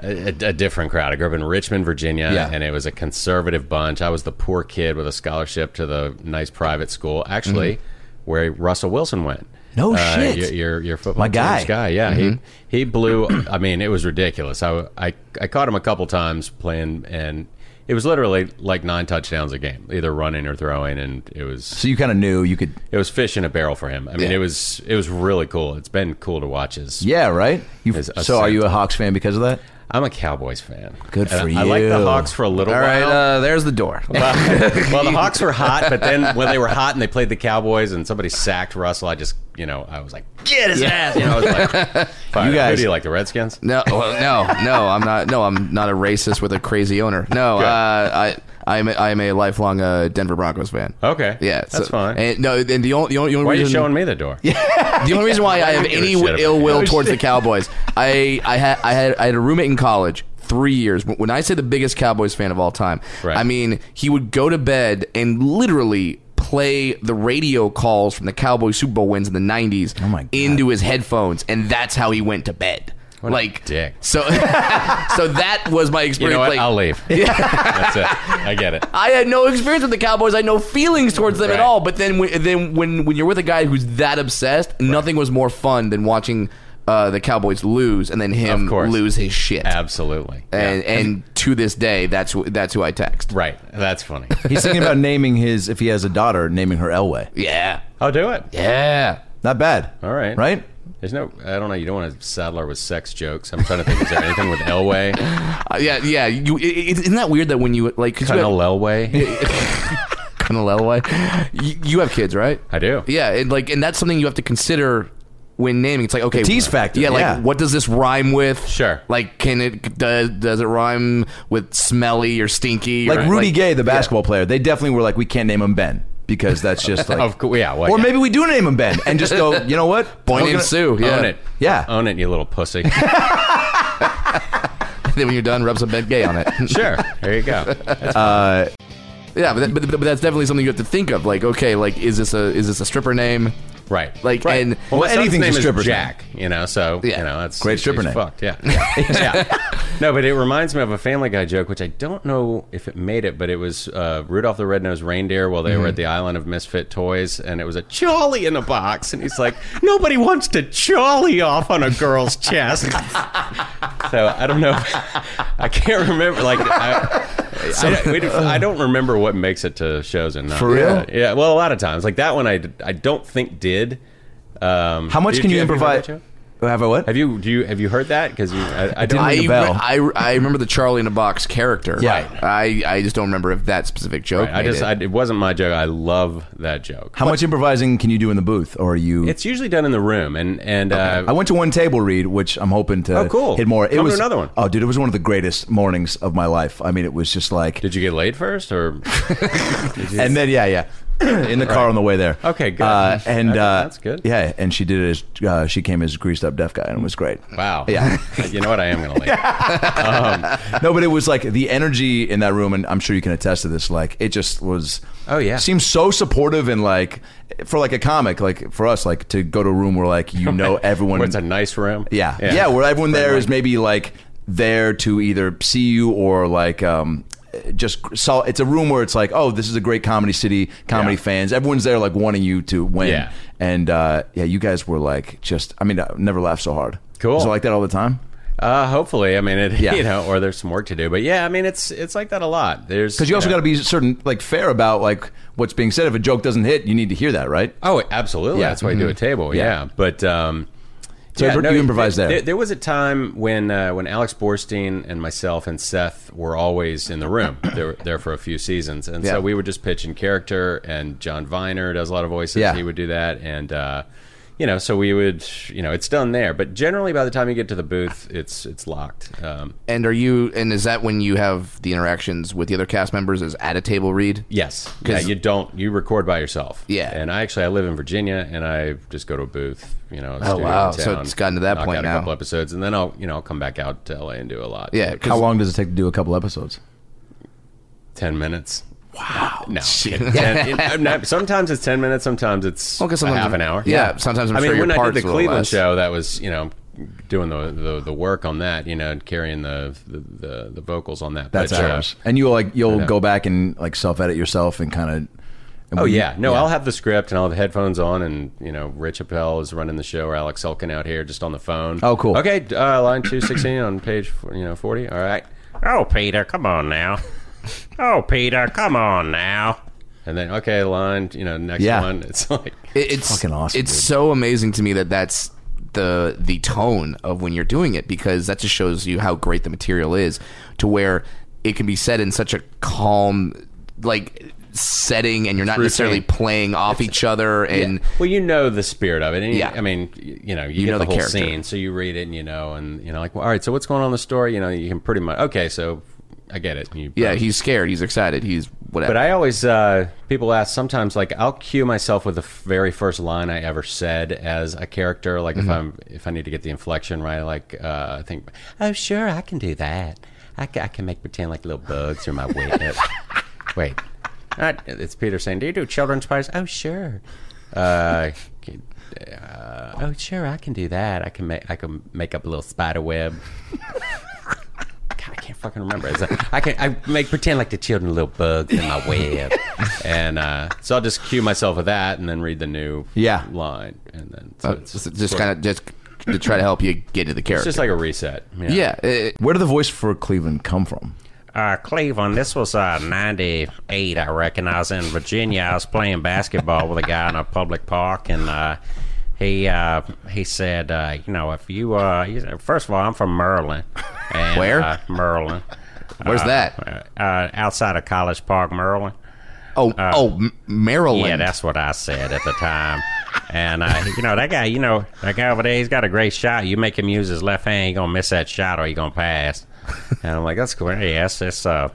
a, a- a different crowd. I grew up in Richmond, Virginia,
Yeah.
and it was a conservative bunch. I was the poor kid with a scholarship to the nice private school, actually, where Russell Wilson went.
Mm-hmm. No
uh,
shit.
Your, your your football
My guy. Mm-hmm.
team's guy. Yeah, he he blew. I mean, it was ridiculous. I, I I caught him a couple times playing, and it was literally like nine touchdowns a game, either running or throwing, and it was
So you kind of knew you could.
it was fish in a barrel for him. I mean,
Yeah.
it was it was really cool. It's been cool to watch his.
Yeah, right. You,
His
so are you a Hawks fan because of that?
I'm a Cowboys fan.
Good
And
for
I, I like the
you.
Hawks for a little
All
while.
right, uh, there's the door.
well, the Hawks were hot, but then when they were hot and they played the Cowboys and somebody sacked Russell, I just, you know, I was like, get his ass. You know, I was like, fire.
guys-
Who do you like, the Redskins?
No, well, no, no. I'm not. No, I'm not a racist with a crazy owner. No, uh, I, I'm, a, I'm a lifelong uh, Denver Broncos fan.
Okay.
Yeah,
That's
so-
fine.
And, no, and the only, the only, the only
Why are you
reason
showing me the door? Yeah.
the only reason why I have
give a
any
shit about
ill will
that.
towards the Cowboys, I I had I had I had a roommate in college. Three years. When I say the biggest Cowboys fan of all time,
Right.
I mean he would go to bed and literally play the radio calls from the Cowboys Super Bowl wins in the '90s
my God.
into his headphones, and that's how he went to bed.
a
like
dick.
So, so that was my
You
experience.
know what?
like,
I'll leave. That's it. I get it.
I had no experience with the Cowboys. I had no feelings towards them
Right.
at all. But then, when, then when when you're with a guy who's that obsessed, nothing was more fun than watching uh, the Cowboys lose and then him
Of course.
lose his shit.
Absolutely.
And
Yeah.
and to this day, that's who, that's who I text.
Right. That's funny.
He's thinking about naming his if he has a daughter, naming her Elway.
Yeah,
I'll Oh, do it.
yeah.
Not bad.
All right.
Right.
There's no, I don't know. You don't want to saddle her with sex jokes. I'm trying to think, is there anything with Elway?
Uh, yeah, yeah. You, it, it, isn't that weird that when you like kind
Colonel Elway?
kind of Elway, you, you have kids, right?
I do.
Yeah, and like, and that's something you have to consider when naming. It's like, okay,
tease factor,
Yeah, like,
yeah.
what does this rhyme with?
Sure.
Like, can it does does it rhyme with smelly or stinky?
Like
or,
Rudy Gay, the basketball player. They definitely were like, we can't name him Ben because that's just like.
Of course. Yeah. Well,
or
Oh, yeah.
maybe we do name him Ben and just go. You know what?
Boy
We're
named
gonna-
Sue. Yeah.
Own it.
Yeah.
Own it, you little pussy.
then when you're done, rub some Ben Gay on it.
sure. There you go.
yeah, but, that, but, but that's definitely something you have to think of. Like, okay, like is this a is this a stripper name?
Right.
Like,
right.
and
well, my son's
anything's a
name is
stripper's name.
Jack, you know, so
Yeah.
you know that's
Great
he's-
stripper
he's
name.
Fucked, yeah. Yeah. Yeah. No, but it reminds me of a Family Guy joke, which I don't know if it made it, but it was uh, Rudolph the Red-Nosed Reindeer while they were at the island of misfit toys, and it was a Charlie in a box, and he's like, "Nobody wants to Charlie off on a girl's chest." so I don't know. I can't remember. Like. I, I, don't- we don't- I don't remember what makes it to shows and not. For
real?
Yeah. Well, a lot of times, like that one, I, d- I don't think did. Um,
How much
did
can you
have heard
improvise?
that joke?
Have I what?
Have you do you have you heard that? Because you, I, I don't.
I,
Ring a
re-
bell.
I I remember the Charlie in a box character.
Yeah.
I, I just don't remember if that specific joke.
I
made
just
it.
I, it wasn't my joke. I love that joke.
How much improvising can you do in the booth? Or are you?
It's usually done in the room, and and uh,
I went to one table read, which I'm hoping to
Oh, cool.
hit more.
Come to
was
another one.
Oh, dude, it was one of the greatest mornings of my life. I mean, it was just like,
did you get laid first or?
and then yeah, yeah, in the car on the way there.
Okay, good.
Uh, and
That-
uh,
that's good.
Yeah, and she did it. As, uh, she came as greased up deaf guy, and it was great.
wow.
Yeah.
you know what? I am gonna leave.
No, but it was like the energy in that room, and I'm sure you can attest to this. Like, it just was.
Oh, yeah.
seems so supportive and like for like a comic, like for us, like to go to a room where like you know everyone.
Where it's a nice room.
Yeah. yeah, Where everyone there is maybe like there to either see you or like um, just saw. It's a room where it's like, oh, this is a great comedy city, comedy
Yeah.
fans. Everyone's there like wanting you to win.
Yeah.
And uh, yeah, you guys were like just. I mean, I never laughed so hard.
Cool.
Is it like that all the time?
Uh, hopefully, I mean, it,
Yeah.
you know, or there's some work to do, but yeah, I mean, it's it's like that a lot. There's
Because you also
know-
got to be certain, like fair about like what's being said. If a joke doesn't hit, you need to hear that, right?
Oh, absolutely.
Yeah. Mm-hmm.
That's why you do a table.
Yeah.
Yeah. But um,
So you improvise
there,
there.
There was a time when uh, when Alex Borstein and myself and Seth were always in the room. they were there for a few seasons, and
Yeah.
so we would just pitch in character. And John Viner does a lot of voices.
Yeah.
He would do that, and uh, you know, so we would, you know, it's done there. But generally, by the time you get to the booth, it's it's locked. Um,
and are you and is that when you have the interactions with the other cast members is at a table read?
Yes.
'Cause-
Yeah, you don't. You record by yourself.
Yeah.
And I actually I live in Virginia, and I just go to a booth. You know. a
Oh,
studio
wow.
in
So
town,
it's gotten to that
knock
point
out
now.
A couple episodes, and then I'll you know I'll come back out to LA and do a lot.
Yeah,
Like
How long does it take to do a couple episodes?
ten minutes. Wow. No. Ten- it- I'm not- sometimes it's ten minutes. Sometimes it's
Well, 'cause
a
sometimes-
half an hour.
yeah, sometimes I'm
I mean,
sure your
when I
part's
did the
a little
Cleveland
less.
show, that was you know doing the the, the work on that, you know, and carrying the the, the, the vocals on that.
That's
But, uh,
ours. And you'll like you'll go back and like self edit yourself and kind of And
Oh
we-
yeah, no, I'll have the script and I'll have headphones on, and you know, Rich Appel is running the show, or Alex Elkin out here just on the phone.
Oh, cool.
Okay, uh, line two sixteen on page you know forty. All right,
Oh, Peter, come on now. Oh, Peter, come on now.
and then okay, line you know next
Yeah.
one. It's like
It, it's
fucking awesome,
It's
dude.
so amazing to me that that's the the tone of when you're doing it because that just shows you how great the material is to where it can be said in such a calm like setting and you're not necessarily
routine.
playing off each other and
well, you know the spirit of it. And you-
Yeah.
I mean, y- you know, you, get
know
the,
the
whole
character.
scene, so you read it and you know, and you know, like, well, all right, so what's going on in the story? You know, you can pretty much okay, so I get it. You,
yeah, he's scared, he's excited, he's whatever.
But I always uh, people ask sometimes like I'll cue myself with the f- very first line I ever said as a character. Like if I'm if I need to get the inflection right, like uh, I think, oh sure I can do that. I ca- I can make pretend like little bugs are my witness. Wait, Uh, it's Peter saying, do you do children's plays? Oh sure. Uh, can- uh, oh sure, I can do that. I can make I can make up a little spider web. I can't fucking remember. It's like, I can I make pretend like the children are little bugs in my web, and uh, so I'll just cue myself with that, and then read the new
Yeah.
line, and then so
Uh,
it's,
just kind of just to try to help you get to the
it's
character.
just like a reset.
yeah, it-
Where did the voice for Cleveland come from?
Uh, Cleveland, this was uh, 98, I reckon. I was in Virginia. I was playing basketball with a guy in a public park, and uh, he uh, he said, uh, you know, if you, uh, he said, first of all, I'm from Maryland. And,
Where?
Uh, Maryland.
Ah,
where's that?
Uh, uh, outside of College Park, Maryland.
Oh,
Ah.
oh, M- Maryland.
Yeah, that's what I said at the time. And uh, you know that guy, you know that guy over there, he's got a great shot. You make him use his left hand, he gonna miss that shot or he gonna pass. And I'm like, that's cool. Yes, it's uh,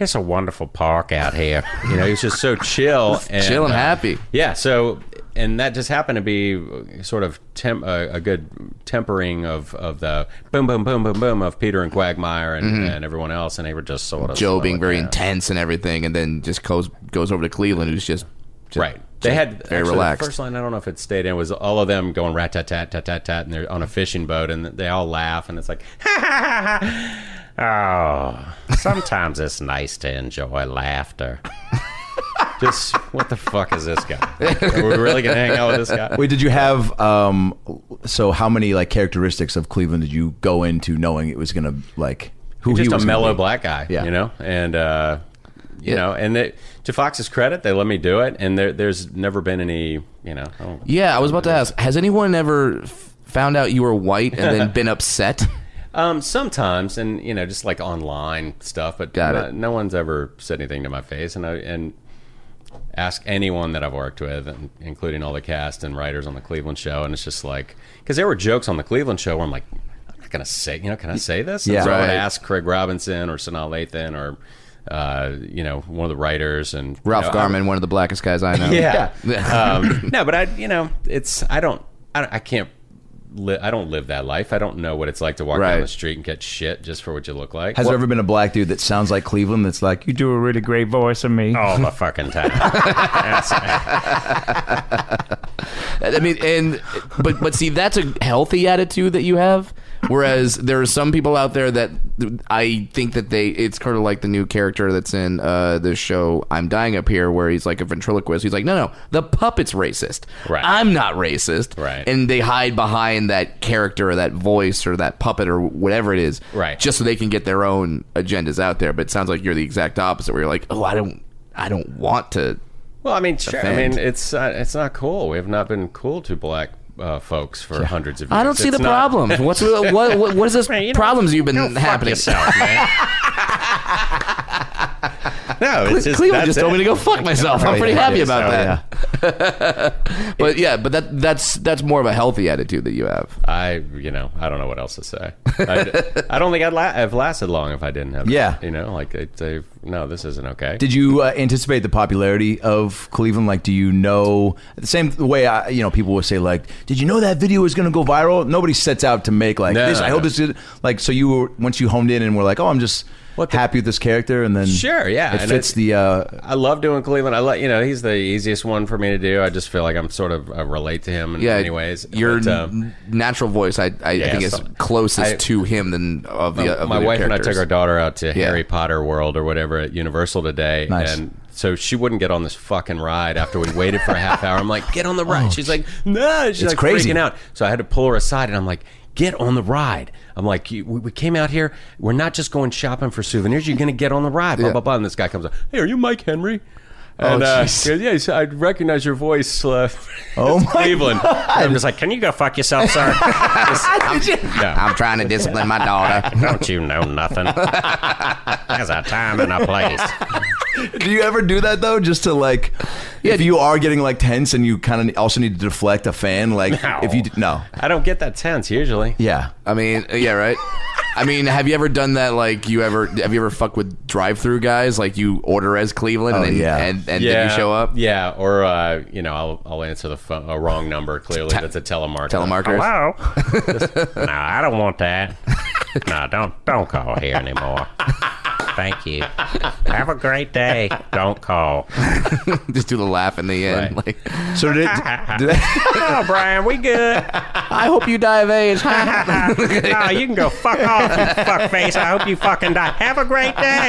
it's a wonderful park out here.
you know, he was just so chill, and,
chill and
uh,
happy.
Yeah. So, and that just happened to be sort of tem- a, a good tempering of, of the boom, boom, boom, boom, boom of Peter and Quagmire and, and everyone else, and they were just sort of
Mm-hmm. Joe
slow
being
it
very
down.
intense and everything, and then just goes goes over to Cleveland, who's just, just
Right. They
just
had
very
actually,
relaxed.
The first line I don't know if it stayed in was all of them going rat tat tat tat tat tat, and they're on a fishing boat, and they all laugh, and it's like,
Oh, sometimes it's nice to enjoy laughter.
just what the fuck is this guy? Are we really gonna hang out with this guy?
Wait, did you have um? So how many like characteristics of Cleveland did you go into knowing it was gonna like who
just
he was
a
gonna
mellow
be?
black guy,
Yeah.
you know, and uh, you know, and they, to Fox's credit, they let me do it, and there, there's never been any, you know, oh,
Yeah, I was about to ask. Has anyone ever f- found out you were white and then been upset?
um, sometimes, and you know, just like online stuff, but
Got
no,
it.
no one's ever said anything to my face, and I and ask anyone that I've worked with, and, including all the cast and writers on the Cleveland show, and it's just like because there were jokes on the Cleveland show where I'm like. I'm not Gonna say, you know, can I say this? And
Yeah.
so I would
Right.
ask Craig Robinson or Sanaa Lathan or, uh, you know, one of the writers and
Ralph
you know, I-
Garman, one of the blackest guys I know.
Oh, Yeah.
Yeah.
um, no, but I, you know, it's I don't, I, don't, I can't, li- I don't live that life. I don't know what it's like to walk
Right.
down the street and get shit just for what you look like.
Has there ever been a black dude that sounds like Cleveland? That's like you do a really great voice of me.
All the fucking time. That's-
I mean, and but but see, that's a healthy attitude that you have. Whereas there are some people out there that I think that they it's kind of like the new character that's in uh, the show I'm Dying Up Here, where he's like a ventriloquist. He's like, no, no, the puppet's racist.
Right.
I'm not racist.
Right.
And they hide behind that character or that voice or that puppet or whatever it is.
Right.
Just so they can get their own agendas out there. But it sounds like you're the exact opposite, where you're like, oh, I don't, I don't want to.
well, I mean, sure. I
fan.
mean, it's uh, it's not cool. We have not been cool to black uh, folks for hundreds of years.
I don't see
It's
the
not-
problem. What's what? What, what is this
Man, you know,
problems you've been
go fuck
happening?
yourself, man.
No, it's just,
Cleveland
that's
just told
it.
me to go fuck myself. I'm pretty happy
Oh,
about that. But yeah, but that that's that's more of a healthy attitude that you have.
I, you know, I don't know what else to say. I, I don't think I'd la- have lasted long if I didn't have.
Yeah.
you know, like they, they no, this isn't okay.
Did you uh, anticipate the popularity of Cleveland? Like, do you know the same way? I, you know, people would say like, "Did you know that video is going to go viral?" Nobody sets out to make like
No,
this.
no,
I hope
no.
this is like. So you were once you honed in and were like, "Oh, I'm just happy with this character," and then
Sure, yeah,
it
and
fits
it-
the. Uh,
I love doing Cleveland. I like you know he's the easiest one for me to do. I just feel like I'm sort of I relate to him in
Yeah,
many ways.
your
But, um,
n- natural voice, I, I
Yeah,
think, is
something.
closest
I-
to him than of the of
Um, my
the
wife and I
characters.
took our daughter out to
Yeah.
Harry Potter World or whatever at Universal today,
Nice.
and So she wouldn't get on this fucking ride after we waited for a half hour. I'm like, get on the ride. She's like, no. She's like
crazy.
freaking out. So I had to pull her aside and I'm like, get on the ride. I'm like, you, we, we came out here. We're not just going shopping for souvenirs. You're going to get on the ride. Blah, blah, blah. And this guy comes up, hey, are you Mike Henry? And, uh, he goes, yeah, he said, I recognize your voice. Uh, oh, my Cleveland.
I'm just like, can you go fuck yourself, sir?
I'm trying to discipline my daughter.
Don't you know nothing? There's a time and a place.
Do you ever do that though? Just to like, if you are getting like tense and you kind of also need to deflect a fan, like
No.
if you d- no,
I don't get that tense usually.
yeah,
I mean, yeah, right. I mean, have you ever done that? Like, you ever have you ever fucked with drive-through guys? Like, you order as Cleveland, and
Oh,
then,
yeah.
and, and then you show up.
Yeah, or uh, you know, I'll I'll answer the phone, a wrong number. Clearly, that's a telemarketer.
Telemarketers.
Hello? no, I don't want that. No, don't don't call here anymore. Thank you. Have a great day. Don't call.
Just do the laugh in the end.
Right.
Like,
So did, did
Oh, Brian, we good.
I hope you die of AIDS.
No, you can go fuck off, you fuckface. I hope you fucking die. Have a great day.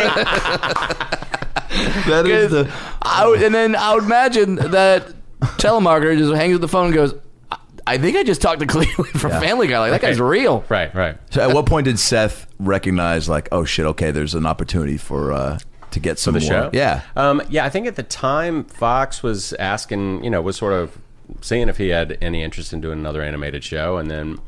that is the
I would, and then I would imagine that telemarketer just hangs up the phone and goes, "I- "I think I just talked to Cleveland from Family Guy. Like that guy's real."
Right, right.
So at what point did Seth recognize like, oh shit, okay, there's an opportunity for uh to get some
The
more.
show.
Yeah.
um, yeah. I think at the time Fox was asking, you know, was sort of seeing if he had any interest in doing another animated show, and then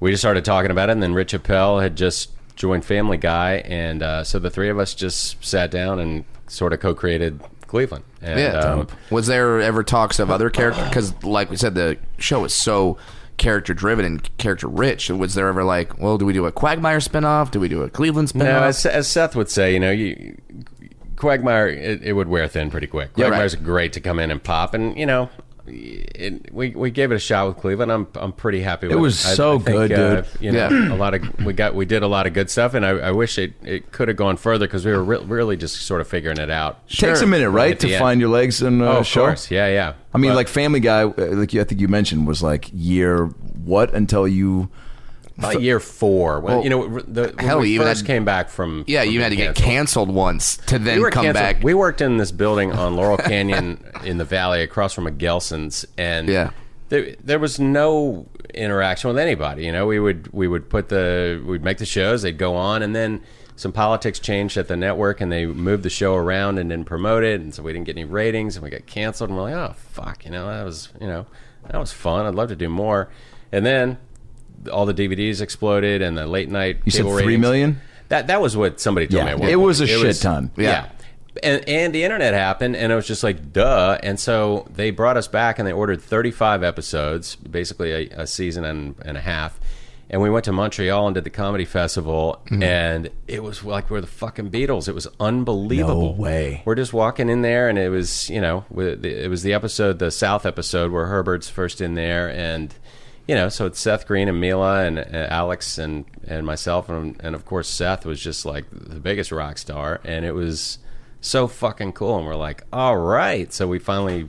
we just started talking about it. And then Rich Appel had just joined Family Guy, and uh, so the three of us just sat down and sort of co-created Cleveland. And,
Yeah.
um,
was there ever talks of other character? Because, like we said, the show is so character driven and character rich. Was there ever like, well, do we do a Quagmire spinoff? Do we do a Cleveland spinoff?
No, as, as Seth would say, you know, you, Quagmire, it, it would wear thin pretty quick. Quagmire's great to come in and pop, and you know, it, we we gave it a shot with Cleveland. I'm I'm pretty happy. with It
was so good, dude.
uh, You know, a
Yeah.
lot of we got we did a lot of good stuff, and I, I wish it, it could have gone further because we were re- really just sort of figuring it out.
Takes a minute, right,
at
to
the end.
find your legs and uh,
Oh, of
show.
course, yeah, yeah.
I mean,
But-
like Family Guy, uh, like you, I think you mentioned was like year what until you.
about year four. When, you know, the, when
hell,
we
you even
first
had-
came back from
yeah,
from
you had to
being
get
canceled.
canceled once to then
we were
come
canceled.
back.
We worked in this building on Laurel Canyon in the valley across from a Gelson's, and
Yeah.
there, there was no interaction with anybody. You know, we would we would put the we'd make the shows, they'd go on, and then some politics changed at the network, and they moved the show around and didn't promote it, and so we didn't get any ratings, and we got canceled, and we're like, oh fuck, you know, that was you know that was fun. I'd love to do more, and then. All the DVDs exploded, and the late night.
You said
cable
three
ratings-
million?
That that was what somebody told
Yeah.
me. at one
It
point.
was a shit ton.
Yeah. And, and the internet happened, and it was just like, duh. And so they brought us back and they ordered 35 episodes, basically a, a season and, and a half. And we went to Montreal and did the comedy festival,
Mm-hmm.
and it was like we're the fucking Beatles. It was unbelievable.
No way.
We're just walking in there, and it was, you know, with the- it was the episode, the South episode, where Herbert's first in there, and you know, so it's Seth Green and Mila and, and Alex and and myself, and and of course Seth was just like the biggest rock star, and it was so fucking cool, and we're like, all right, so we finally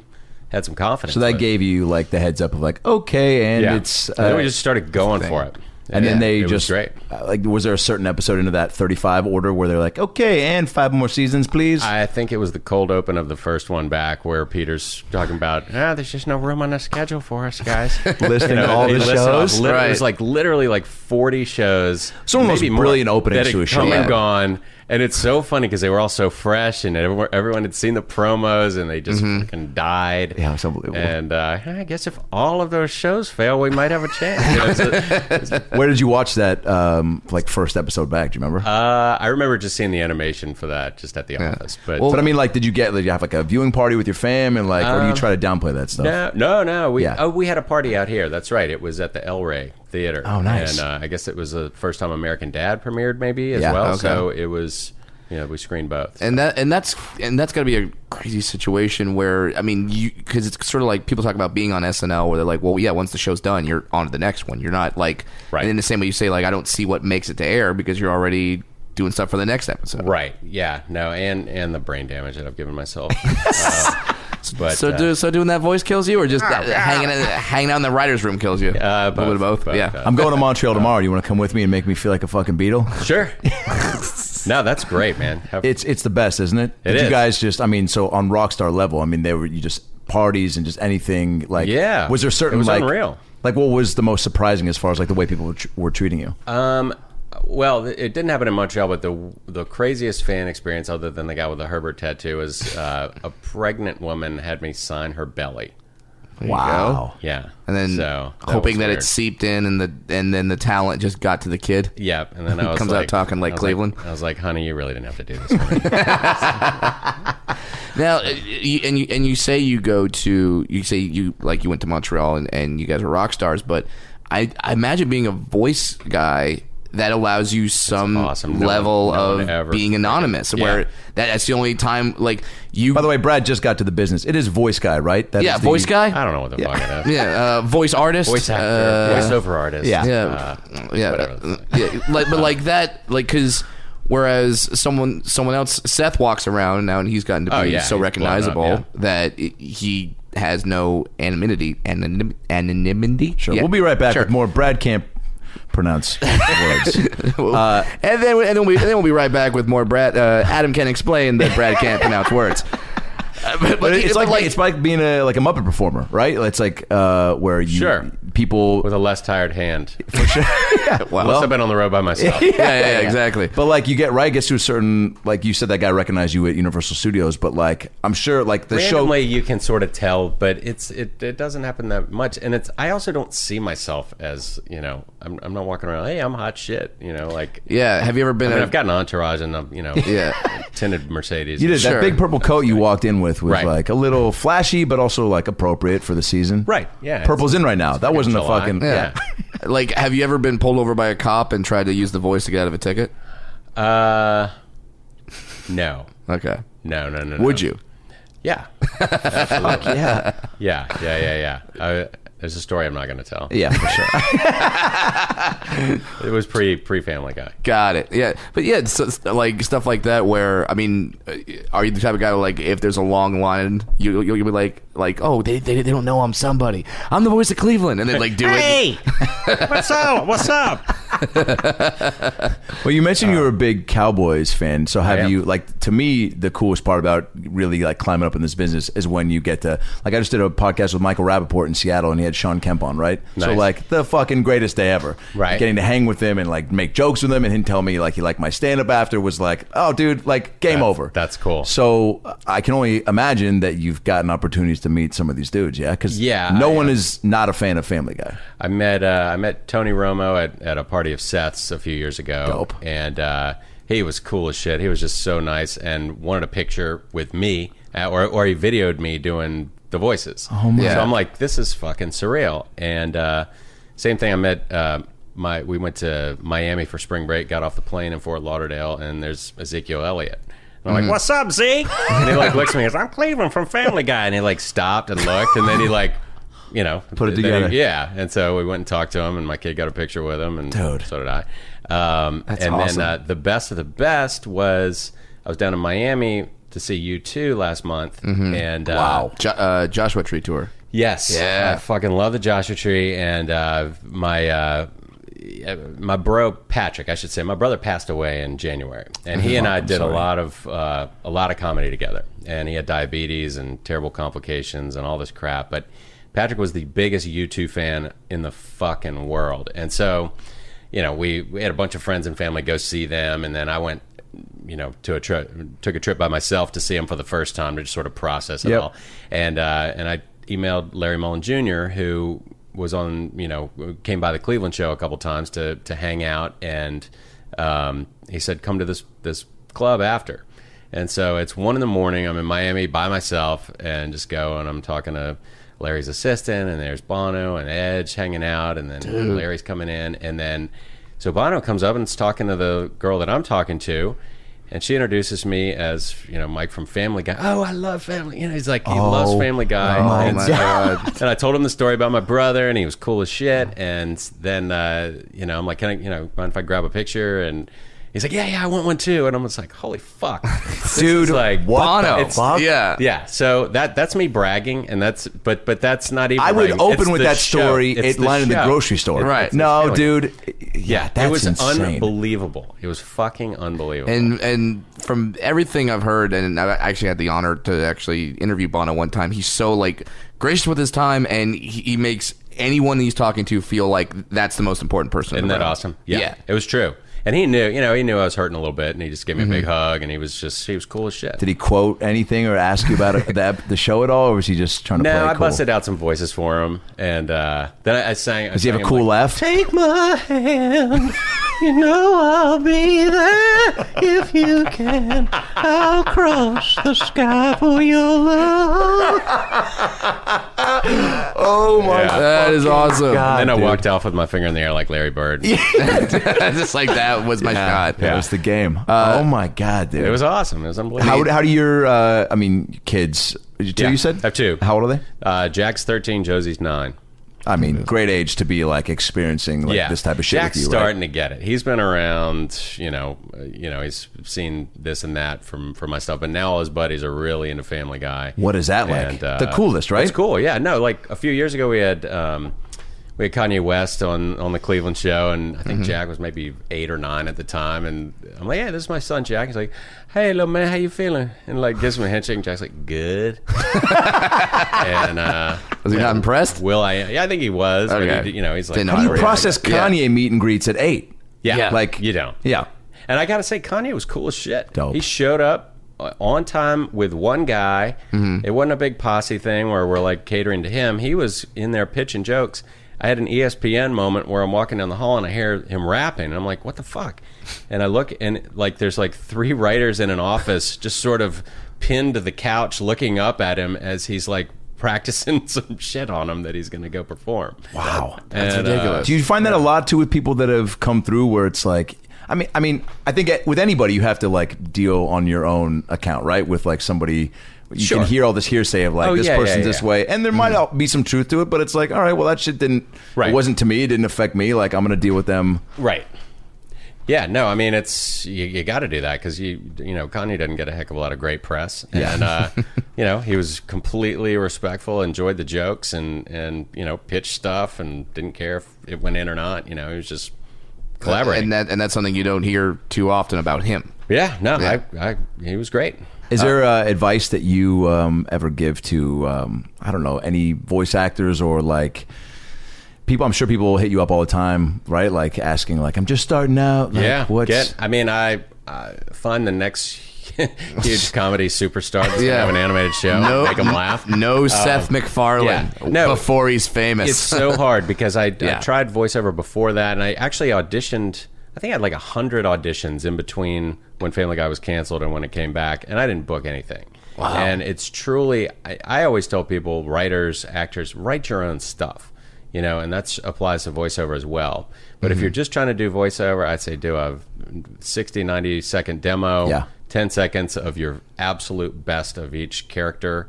had some confidence.
So that
with it.
gave you like the heads up of like, okay, and
yeah,
it's. Uh,
and then we just started going for it,
and then they
it was
just
great.
uh, like was there a certain episode into that 35 order where they're like okay and five more seasons please
I think it was the cold open of the first one back where Peter's talking about, ah, there's just no room on the schedule for us guys.
listing
You know,
all
they
the
listed off
shows
Lit- It
Right.
was like literally like 40 shows.
It's one of the most
maybe more,
brilliant openings
that had
to a show
Come and
ever.
gone. And it's so funny because they were all so fresh and everyone, everyone had seen the promos and they just fucking died.
Mm-hmm. Yeah, it's unbelievable.
And uh, I guess if all of those shows fail, we might have a chance. You know, it's a- it's-
where did you watch that um like first episode back do you remember
uh, I remember just seeing the animation for that just at the office. But
but I mean, like, did you get? Did you have like a viewing party with your fam, and like,
Um,
or do you try to downplay that stuff?
No, no, no. We
Yeah.
oh, we had a party out here. That's right. It was at the El Rey Theater. Oh,
nice.
And uh, I guess it was the first time American Dad premiered, maybe as
Yeah,
well.
okay.
So it was, you know, we screened both.
and that and that's and that's got to be a crazy situation where I mean you because it's sort of like people talk about being on SNL where they're like well yeah once the show's done you're on to the next one you're not like
Right.
and in the same way you say like I don't see what makes it to air because you're already doing stuff for the next episode
right. Yeah. No. And and the brain damage that I've given myself. Uh, but
so
uh,
do, so doing that voice kills you or just that- hanging in- hanging out in the writers room kills you
uh,
a little bit of both, yeah
uh,
I'm going to Montreal tomorrow. You want to come with me and make me feel like a fucking beetle?
sure. No, that's great, man. Have-
It's it's the best, isn't it? But
is.
You guys just, I mean, so on rock star level, I mean, they were you just parties and just anything like.
Yeah.
Was there certain
It was
like
unreal.
Like, what was the most surprising as far as like the way people were, tr- were treating you?
Um, well, it didn't happen in Montreal, but the the craziest fan experience, other than the guy with the Herbert tattoo, is uh, a pregnant woman had me sign her belly.
wow.
Yeah,
and then
so that was
hoping that
weird.
it seeped in, and the and then the talent just got to the kid.
Yeah, and then I was
comes out
like,
talking like
I was
Cleveland.
I was like, honey, you really didn't have to do this. for me."
Now, uh, you- and you and you say you go to you say you like you went to Montreal and, and you guys are rock stars, but I, I imagine being a voice guy that allows you some
awesome. No
level
one- no one
of
ever-
being anonymous, where that, that's the only time like you.
By the way, Brad just got to the business. It is voice guy, right? That
yeah,
is the-
voice guy.
I don't know what the fuck it is.
yeah, uh, voice artist,
Voice actor,
uh,
voiceover artist.
yeah.
yeah,
uh,
yeah,
whatever
uh,
the-
yeah. Like, but like that, like because whereas someone someone else, Seth walks around now, and he's gotten to be
Oh, yeah,
so
he's blown up,
recognizable
yeah.
that i- he has no anonymity, anonym, anonymity.
Sure.
Yeah.
We'll be right back
Sure.
with more. Brad can't pronounce words.
Uh, and then and then, we, and then we'll be right back with more. Brad uh, Adam can explain that Brad can't pronounce words. Uh, But,
But it's
but
like, it's like being a like a Muppet performer, right? It's like uh, where you
Sure.
people
with a less tired hand.
wow.
Must have been on the road by myself.
yeah, yeah, yeah, exactly.
But like you get right, gets to a certain like you said that guy recognized you at Universal Studios, but like I'm sure like the
Randomly, you can sort of tell, but it's it, it doesn't happen that much. And it's I also don't see myself as you know I'm, I'm not walking around. Hey, I'm hot shit. You know, like
Yeah. Have you ever been?
I
at
mean,
a-
I've got an entourage and I'm you know
Yeah.
tinted Mercedes.
show you did
Sure.
that big purple coat you walked in with was
Right.
like a little flashy, but also like appropriate for the season.
Right, yeah,
Purple's in right now. That wasn't a
July.
fucking
yeah.
yeah.
like, have you ever been pulled over by a cop and tried to use the voice to get out of a ticket?
Uh, no,
Okay.
no, no, no. no.
Would you?
Yeah. Absolutely. yeah. Yeah. Yeah. Yeah. I, there's a story I'm not going to tell.
Yeah, for sure.
It was pre pre Family Guy.
Got it. Yeah, but yeah, it's, it's like stuff like that. Where I mean, uh, are you the type of guy to like if there's a long line, you you'll, you'll be like like oh they, they they don't know I'm somebody. I'm the voice of Cleveland, and they like do it.
Hey, what's up? What's up?
Well, you mentioned you were a big Cowboys fan, so
I
have
am.
you like to me the coolest part about really like climbing up in this business is when you get to like I just did a podcast with Michael Rappaport in Seattle and he had Sean Kemp on, right? So
Nice.
like the fucking greatest day ever.
Right.
Getting to hang with him and like make jokes with him and him tell me like he liked my stand up after was like, "Oh dude, like game
That's-
over."
that's cool.
So I can only imagine that you've gotten opportunities to meet some of these dudes, yeah? Cuz
Yeah,
no
I
one
have.
is not a fan of Family Guy.
I met uh, I met Tony Romo at, at a party of Seth's a few years ago,
Dope.
and uh, he was cool as shit. He was just so nice and wanted a picture with me, uh, or or he videoed me doing the voices. Oh
my-
So I'm like, this is fucking surreal. And uh, same thing, I met. Uh, my we went to Miami for spring break. Got off the plane in Fort Lauderdale, and there's Ezekiel Elliott. And I'm like,
What's up, Zeke?
And he like looks at me and goes, I'm Cleveland from Family Guy. And he like stopped and looked and then he like, you know,
Put it
then he-
together.
yeah. And so we went and talked to him and my kid got a picture with him and
Dude.
so did I. Um, and
awesome.
then uh, the best of the best was I was down in Miami to see you 2 last month.
Mm-hmm.
And uh,
Wow. Jo- uh, Joshua Tree tour.
Yes.
Yeah.
I fucking love the Joshua Tree and uh, my uh, my bro Patrick, I should say, my brother passed away in January, and he and I did a lot of uh, a lot of comedy together. And he had diabetes and terrible complications and all this crap. But Patrick was the biggest U2 fan in the fucking world, and so you know we, we had a bunch of friends and family go see them, and then I went you know to a trip took a trip by myself to see him for the first time to just sort of process it
Yep.
all and uh, and I emailed Larry Mullen Jr., who was on, you know, came by the Cleveland show a couple times to to hang out, and um, he said, "Come to this this club after." And so it's one in the morning. I'm in Miami by myself, and just go, and I'm talking to Larry's assistant, and there's Bono and Edge hanging out, and then Larry's coming in, and then so Bono comes up and is talking to the girl that I'm talking to, and she introduces me as you know Mike from Family Guy. Oh, I love Family. You know, he's like he
Oh,
loves Family Guy. and, so- and I told him the story about my brother, and he was cool as shit. And then uh, you know I'm like, can I you know mind if I grab a picture? And He's like, yeah, yeah, I want one too. And I'm just like, holy fuck, This is
Dude,
Like
what
Bono.
the
It's-
fuck?
Yeah.
Yeah, so that that's me bragging, and that's but but that's not even.
I would
bragging. It's
open with
the
that
show.
story
It's
at line in the
show.
grocery store.
Right.
It's the
No,
feeling.
dude. Yeah, that's
it was
insane.
unbelievable. It was fucking unbelievable.
And and from everything I've heard, and I actually had the honor to actually interview Bono one time. He's so like gracious with his time, and he, he makes anyone he's talking to feel like that's the most important person. in
Isn't
the
that
room.
awesome?
Yeah.
it was true. And he knew, you know, he knew I was hurting a little bit, and he just gave me a big hug, and he was just he was cool as shit.
Mm-hmm. Did he quote anything or ask you about it, that, the show at all, or was he just trying to play
no, I
it cool?
busted out some voices for him, and uh, then I, I sang.
Does he have a cool
like,
laugh?
Take my hand. You know I'll be there if you can. I'll cross the sky for your love.
Oh my!
Yeah.
That is awesome.
and then I
dude.
walked off with my finger in the air like Larry Bird.
Just like that was my shot.
That was the game. oh my god, dude!
Uh, It was awesome. It was unbelievable.
how, how do your? Uh, I mean, kids. You Two,
Yeah,
you said
I have two.
How old are they?
uh, Jack's thirteen, Josie's nine.
I mean, great age to be like experiencing like this type of shit
Jack's
with you.
starting
Right?
to get it. He's been around, you know, uh, you know, he's seen this and that from from my stuff, but now all his buddies are really into Family Guy.
What is that like?
And, uh,
the coolest, right?
It's cool. Yeah. No, like a few years ago, we had um, we had Kanye West on on the Cleveland show, and I
Mm-hmm.
think Jack was maybe eight or nine at the time. And I'm like, "Yeah, this is my son, Jack." He's like, "Hey, little man, how you feeling?" And like gives him a handshake. And Jack's like, "Good." and uh,
Was he not impressed?
Will I? Yeah, I think he was.
Okay.
But he, you know, he's like,
Didn't know
How do you
Really?
process
Yeah.
Kanye meet and greets at eight?
Yeah,
Yeah.
Like-
you don't.
Yeah.
And I gotta say, Kanye was cool as shit.
Dope.
He showed up uh, on time with one guy.
Mm-hmm.
It wasn't a big posse thing where we're like catering to him. He was in there pitching jokes. I had an E ESPN moment where I'm walking down the hall and I hear him rapping, and I'm like, "What the fuck?" And I look and like there's like three writers in an office just sort of pinned to the couch, looking up at him as he's like practicing some shit on him that he's gonna go perform.
Wow.
That's
ridiculous.
Do you find that a lot too with people that have come through where it's like I mean I mean I think with anybody you have to like deal on your own account, right? With like somebody you
Sure.
can hear all this hearsay of like
Oh,
this
yeah, yeah,
person's this
yeah. Mm-hmm.
way and there might be some truth to it, but it's like all right, well that shit didn't
Right.
it wasn't to me, it didn't affect me, like I'm going to deal with them.
Right. Yeah, no, I mean it's you, you got to do that because you you know Kanye doesn't get a heck of a lot of great press, and uh, you know he was completely respectful, enjoyed the jokes, and and you know pitched stuff, and didn't care if it went in or not. You know he was just collaborating.
And that and that's something you don't hear too often about him.
yeah, no,
Yeah.
I, I he was great.
Is there uh, advice that you um, ever give to um, I don't know any voice actors or like people? I'm sure people hit you up all the time, right? Like asking, like I'm just starting out. Like,
yeah,
what's
get- I mean, I, I find the next huge comedy superstar that's gonna
Yeah.
have an animated show,
No,
make him laugh.
No Seth McFarlane
yeah. No.
before he's famous.
it's so hard because I,
Yeah.
I tried voiceover before that, and I actually auditioned. I think I had like hundred auditions in between when Family Guy was canceled and when it came back, and I didn't book anything. Wow. And it's truly, I, I always tell people, writers, actors, write your own stuff, you know, and that applies to voiceover as well. But if you're just trying to do voiceover, I'd say do a 60, 90 second demo,
Yeah.
10 seconds of your absolute best of each character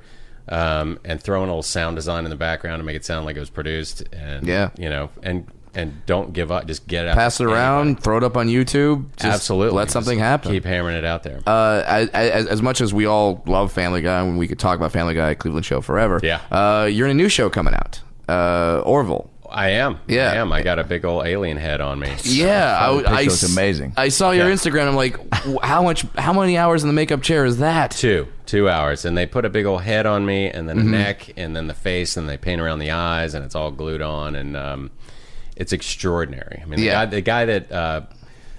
um, and throw in a little sound design in the background to make it sound like it was produced and
Yeah.
you know and and don't give up just get it out
Pass it around, throw it up on YouTube. Just
absolutely
Let something
Just
happen.
keep hammering it out there
uh, as, as, as much as we all love Family Guy, and we could talk about Family Guy, Cleveland Show forever.
Yeah.
Uh, you're in a new show coming out, uh, Orville.
i am
yeah.
i am i got a big old alien head on me
Yeah, I,
the
I
picture
s-
was amazing.
I saw your Instagram. I'm like, w- how much? How many hours in the makeup chair is that?
two two hours and they put a big old head on me and then
Mm-hmm.
a neck and then the face and they paint around the eyes and it's all glued on and um, it's extraordinary i mean the,
Yeah.
guy, the guy that uh,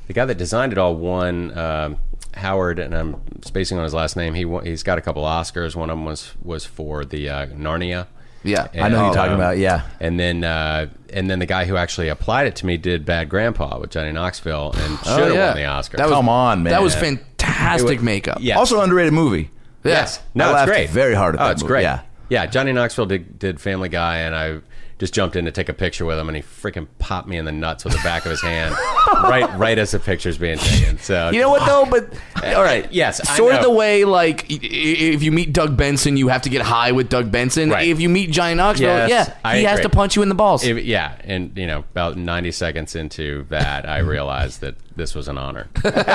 the guy that designed it all won um howard and i'm spacing on his last name he won, he's got a couple oscars one of them was was for the uh, narnia
Yeah.
I know who you're talking
um,
about. Yeah,
and then uh, and then the guy who actually applied it to me did bad grandpa with johnny knoxville and
Oh,
should have
yeah.
won the oscar
That was-
come on, man.
that was fantastic makeup.
yeah
Also underrated movie.
Yeah.
Yes. No,
I
it's
laughed
great.
very hard at
oh,
that
it's
movie.
great.
Yeah.
Yeah. Johnny Knoxville did, did Family Guy, and I just jumped in to take a picture with him, and he freaking popped me in the nuts with the back of his hand, right, right as the picture's being taken. So
You know what though? But all right,
Yes, I
Sort of
know.
the way like i- i- if you meet Doug Benson, you have to get high with Doug Benson.
Right.
If you meet Johnny Knoxville,
Yes,
yeah,
I
he has
agree.
to punch you in the balls.
If- yeah, and you know, about ninety seconds into that, I realized that this was an honor.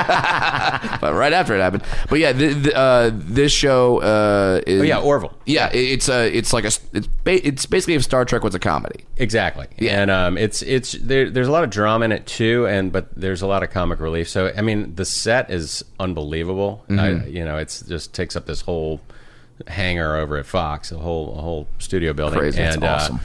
but uh, right after it happened. But yeah, th- th- uh, this show uh, is
Oh, yeah, Orville.
Yeah, it, it's a it's like a s- it's ba- it's basically if Star Trek was a comedy.
Exactly. And um, it's it's there, there's a lot of drama in it too, and but there's a lot of comic relief. So I mean, the set is unbelievable. I,
Mm-hmm.
you know, it's just takes up this whole hangar over at Fox, a whole a whole studio building.
Crazy. That's
And, uh,
awesome.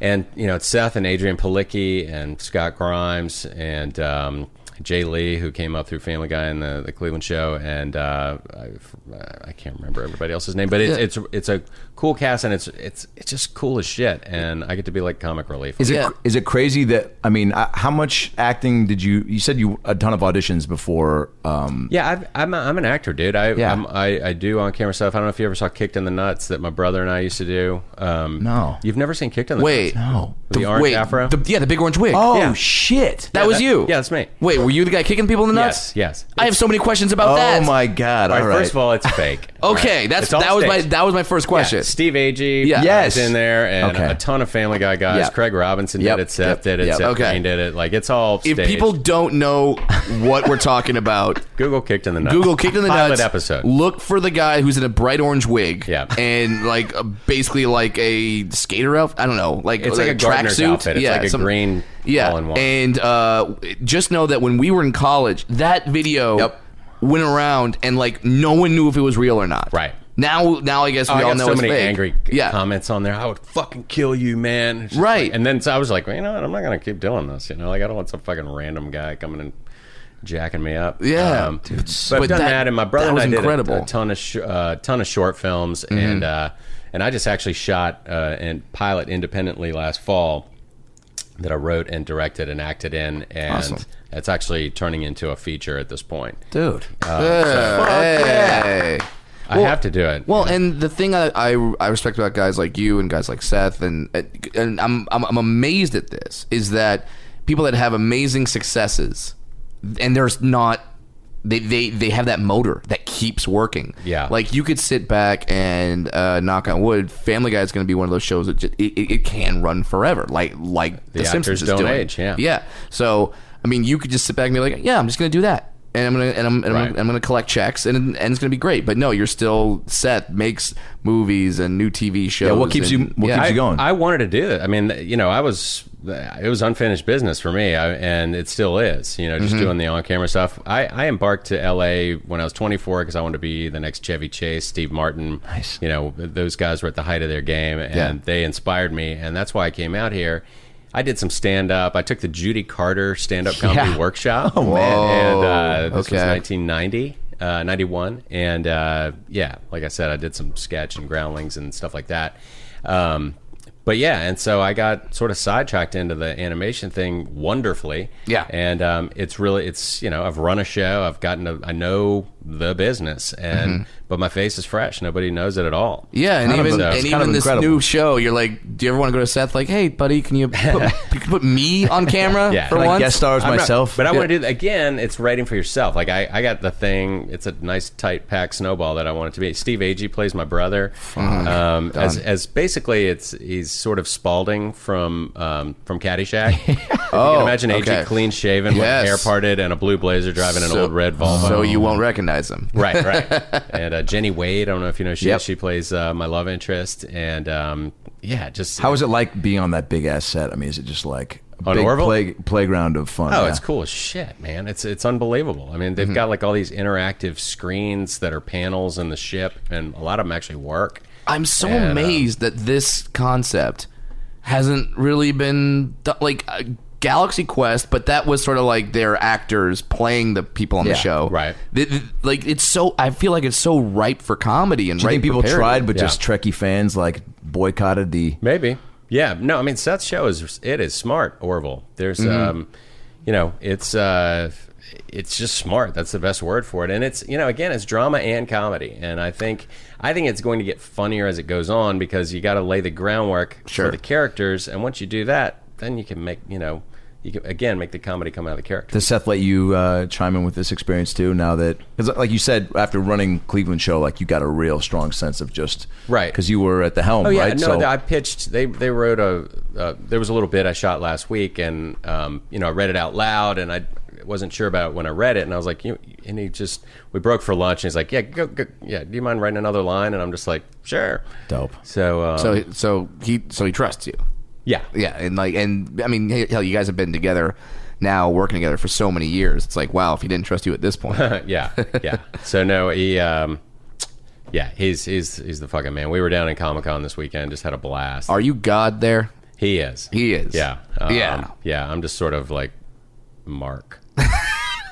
and you know, it's Seth and Adrian Palicki and Scott Grimes and um, Jay Lee, who came up through Family Guy and the, the Cleveland Show, and uh, I, I can't remember everybody else's name, but it's it's it's a cool cast and it's it's it's just cool as shit, and I get to be like comic relief.
Is it
Yeah.
is it crazy that I mean, I, how much acting did you? You said you a ton of auditions before. Um,
Yeah, I've, I'm, a, I'm an actor, dude. I,
Yeah.
I'm, I I do on camera stuff. I don't know if you ever saw Kicked in the Nuts that my brother and I used to do. Um,
No.
you've never seen Kicked in the
Wait,
Nuts?
no.
the, orange
wait,
afro.
the- yeah, the big orange wig.
Oh
Yeah.
shit!
that was you.
Yeah, that's me.
Wait, were you the guy kicking people in the nuts?
Yes, yes.
I have so many questions about
oh
that.
my god!
All
All
right,
right.
First of all, it's fake. All right.
Okay, that's
It's on
that was my
stage.
that was my first question.
Yeah, Steve Agee uh,
Yeah.
was
Yes.
in there, and
Okay.
a ton of Family Guy guys.
Yep.
Craig Robinson
Yep,
did it, Seth
yep,
did it,
yep.
Seth
Okay.
Green did it. Like it's all
if
staged.
people don't know what we're talking about,
Google kicked in the nuts.
Google kicked in the
Pilot
nuts.
episode.
Look for the guy who's in a bright orange wig.
Yeah.
and like a, basically like a skater outfit. I don't know, like
It's like a gardener's
tracksuit.
outfit. It's like a green
Yeah,
all-in-one.
and uh, just know that when we were in college, that video
Yep.
went around, and like no one knew if it was real or not.
Right.
now, now I guess
Oh,
we
I
all
got
know
so
it's
many
fake.
angry
yeah.
comments on there. I would fucking kill you, man. It's just
Right.
like- and then so I was like, well, you know what? I'm not gonna keep doing this. You know, like I don't want some fucking random guy coming and jacking me up. Um,
Yeah. Dude,
but, I've
but
done
that-
that, and my brother
that was
and I did a- a,
incredible. Mm-hmm.
ton of sh- uh, ton of short films, and uh, and I just actually shot uh, and pilot independently last fall that I wrote and directed and acted in, and
Awesome.
it's actually turning into a feature at this point.
dude.
Oh,
hey.
I have to do it.
Well, and the thing I, I I respect about guys like you and guys like Seth and uh, and I'm I'm, I'm amazed at this is that people that have amazing successes and there's not they, they they have that motor that keeps working.
Yeah.
like you could sit back and uh, knock on wood. Family Guy is going to be one of those shows that just, it, it, it can run forever. Like like the,
actors
Simpsons is
don't
doing.
age, yeah.
yeah. So I mean, you could just sit back and be like, yeah, I'm just going to do that. And I'm gonna and I'm, and I'm,
Right.
I'm gonna collect checks and and it's gonna be great. But no, you're still set makes movies and new TV shows.
yeah, what keeps
and-
you? What
yeah.
keeps you
I-
going?
I wanted to do it. I mean, you know, I was it was unfinished business for me, I, and it still is. You know, just doing the on camera stuff. I, I embarked to L.A. when I was 24 because I wanted to be the next Chevy Chase, Steve Martin. Nice. You know, those guys were at the height of their game, and
Yeah.
they inspired me, and that's why I came out here. I did some stand up. I took the Judy Carter stand up comedy workshop. Oh man! And uh, this was
Okay.
1990, uh, 91, and uh, yeah, like I said, I did some sketch and groundlings and stuff like that. Um, but yeah, and so I got sort of sidetracked into the animation thing wonderfully.
Yeah.
and um, it's really it's you know I've run a show, I've gotten to I know the business, and but my face is fresh. Nobody knows it at all.
Mm-hmm. Yeah, and
Kind of
even
a-
and
it's
kind
even
of
this
incredible.
new show, you're like, do you ever want to go to Seth? Like, hey, buddy, can you put, you can put me on camera
Yeah.
for
Like,
once?
guest stars
I'm not-
myself.
but I want to do that again. It's writing for yourself. Like I, I got the thing. It's a nice tight pack snowball that I want it to be. Steve Agee plays my brother. Um, as, as basically, it's he's sort of Spalding from um, from Caddyshack. oh, you can imagine Agee
okay.
clean shaven,
Yes.
with hair parted, and a blue blazer, driving an
So-
old red Volvo.
so you won't recognize him.
Right, right. and uh, Jenny Wade, I don't know if you know, she
Yep.
she plays uh, my love interest, and um, yeah, just
How is it like being on that big ass set? I mean, is it just like a
On
big
Orville?
play, playground of fun?
Oh,
yeah.
it's cool as shit, man. It's it's unbelievable. I mean, they've got like all these interactive screens that are panels in the ship, and a lot of them actually work.
I'm so
And, um,
amazed that this concept hasn't really been do- like uh, Galaxy Quest, but that was sort of like their actors playing the people on
Yeah,
the show,
right.
Th- th- like it's so I feel like it's so ripe for comedy and
Do you
ripe
think people
for parody.
tried, but
Yeah.
just Trekkie fans like boycotted the?
Maybe, yeah. No, I mean Seth's show is it is smart, Orville. There's, um, you know, it's uh, it's just smart. That's the best word for it. And it's you know, again, it's drama and comedy, and I think I think it's going to get funnier as it goes on because you got to lay the groundwork
Sure.
for the characters, and once you do that, then you can make you know. You can, again, make the comedy come out of the character.
Does Seth let you uh, chime in with this experience too? Now that, because like you said, after running Cleveland show, like you got a real strong sense of just
Right.
because you were at the helm,
Oh yeah,
right?
no, I pitched. They they wrote a. Uh, there was a little bit I shot last week, and um, you know, I read it out loud, and I wasn't sure about when I read it, and I was like, you. And he just we broke for lunch, and he's like, yeah, go, go, yeah. Do you mind writing another line? And I'm just like, sure.
Dope.
So, um,
So so he so he trusts you.
yeah,
Yeah, and like and I mean he- hell, you guys have been together now working together for so many years. It's like wow, if he didn't trust you at this point.
yeah, yeah. So no, he, um, yeah, he's he's he's the fucking man. We were down in Comic Con this weekend, just had a blast.
Are you God there?
he is,
He is.
yeah, Um,
Yeah.
yeah. I'm just sort of like Mark.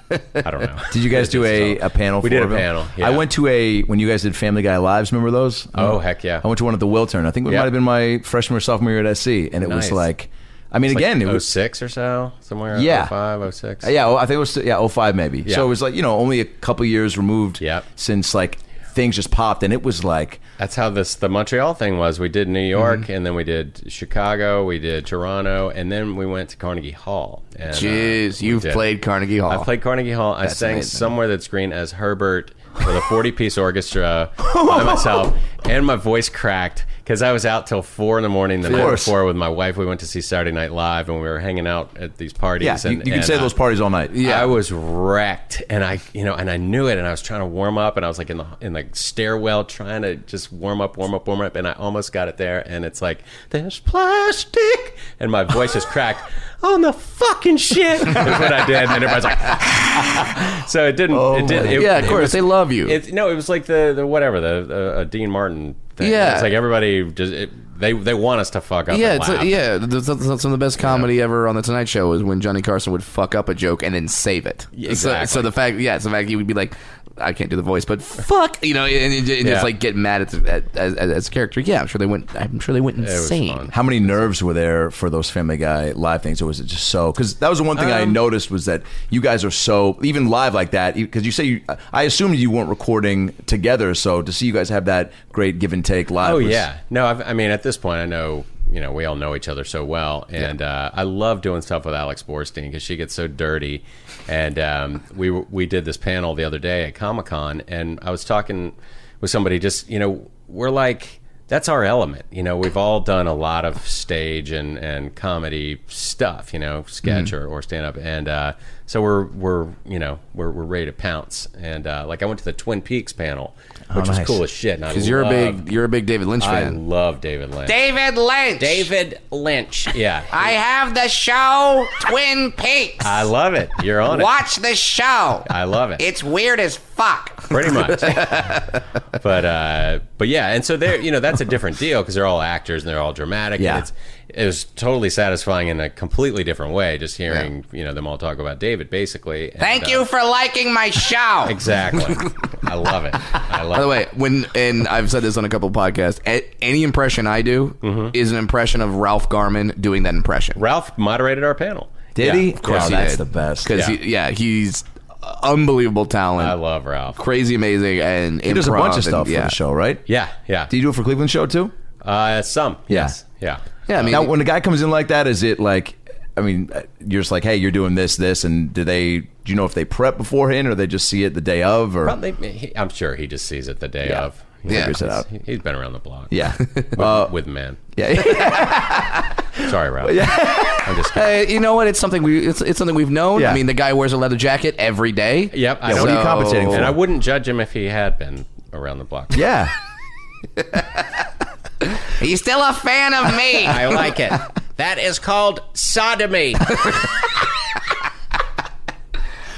I don't know.
Did you guys do a, a panel?
We
for
did a
him?
panel, yeah.
I went to a when you guys did Family Guy Lives. Remember those?
Oh, heck yeah.
I went to one at the Wiltern. I think it
Yeah.
might have been my freshman or sophomore year at SC, and it was
Nice.
like, I mean, again, it was
06 or so, somewhere.
Yeah. Uh,
05, 06.
yeah, oh, I think it was yeah, 05 maybe.
Yeah.
So it was like you know only a couple years removed
Yep.
since like things just popped, and it was like
That's how this the Montreal thing was. We did New York,
Mm-hmm.
and then we did Chicago, we did Toronto, and then we went to Carnegie Hall. And, uh,
Jeez,
we
you've
did.
played Carnegie Hall.
I played Carnegie Hall. I sang
amazing.
somewhere that's green as Herbert with a 40 piece orchestra by myself, and my voice cracked because I was out till four in the morning the night
course.
before with my wife. We went to see Saturday Night Live, and we were hanging out at these parties.
yeah, you,
and,
you could
and,
say
uh,
those parties all night.
yeah. I was wrecked, and I, you know, and I knew it, and I was trying to warm up, and I was like in the in the stairwell trying to just warm up, warm up, warm up, and I almost got it there, and it's like there's plastic, and my voice is cracked on the fucking shit. is what I did, and everybody's like, so it didn't, it did, it,
Oh yeah, of
it
course
was-
they love you.
It, no, it was like the, the whatever the uh, uh, Dean Martin thing.
Yeah.
it's like everybody just it, they they want us to fuck up.
yeah,
and
it's
laugh.
like, yeah. th- th- th- Some of the best comedy ever on the Tonight Show is when Johnny Carson would fuck up a joke and then save it.
Yeah,
So-
exactly.
So, the fact, yeah, so the fact he would be like, I can't do the voice, but fuck, you know, and, and just
Yeah.
like get mad at, the, at as, as as a character. Yeah, I'm sure they went. I'm sure they went
was
insane.
fun.
How many nerves were there for those Family Guy live things, or was it just so? Because that was the one thing I noticed was that you guys are so even live like that. Because you say you, I assumed you weren't recording together, so to see you guys have that great give and take live.
Oh
was-
yeah, no. I've, I mean, at this point, I know you know we all know each other so well, and uh, I love doing stuff with Alex Borstein because she gets so dirty. And um, we were- we did this panel the other day at Comic Con, and I was talking with somebody. Just you know, we're like that's our element. You know, we've all done a lot of stage and, and comedy stuff. You know, sketch
Mm-hmm.
or, or stand up, and uh, so we're we're you know we're, we're ready to pounce. And uh, like I went to the Twin Peaks panel, which was cool as shit.
Oh, Because you're a big, you're a big David Lynch
I
fan.
love David Lynch.
David Lynch.
David Lynch. Yeah.
I have the show Twin Peaks.
I love it. You're on it.
Watch the show.
I love it.
It's weird as fuck.
pretty much. but uh, but yeah, and so they're you know that's a different deal because they're all actors and they're all dramatic.
Yeah.
and it's, it was totally satisfying in a completely different way. Just hearing you know them all talk about David basically. and,
Thank
uh,
you for liking my show.
Exactly. I love it. I love.
By the
it.
way, when and I've said this on a couple of podcasts, a- any impression I do
Mm-hmm.
is an impression of Ralph Garman doing that impression.
Ralph moderated our panel.
Did
Yeah.
he?
Of
course
oh,
he
that's
did.
the best.
Because
Yeah.
yeah. he's unbelievable talent,
I love Ralph.
crazy amazing, and
He does a
improv
bunch of
and-
stuff
yeah.
for the show, right?
Yeah, yeah.
Do you do it for Cleveland show too?
Uh, some.
Yeah.
Yes. Yeah.
Yeah, I mean,
now, when a guy comes in like that, is it like? I mean, uh, you're just like, hey, you're doing this, this, and do they? Do you know if they prep beforehand or they just see it the day of? Or
Probably, he, I'm sure he just sees it the day of.
Yeah.
Figures it out.
He- He's been around the block.
yeah, Uh,
With, with men.
yeah.
Sorry, Ralph. I'm just kidding.
Uh, you know what? It's something we it's, it's something we've known.
Yeah.
I mean, the guy wears a leather jacket every day.
Yep. I
Yeah, what are you
know.
compensating for?
And I wouldn't judge him if he had been around the block.
yeah.
He's still a fan of me.
I like it. That is called sodomy.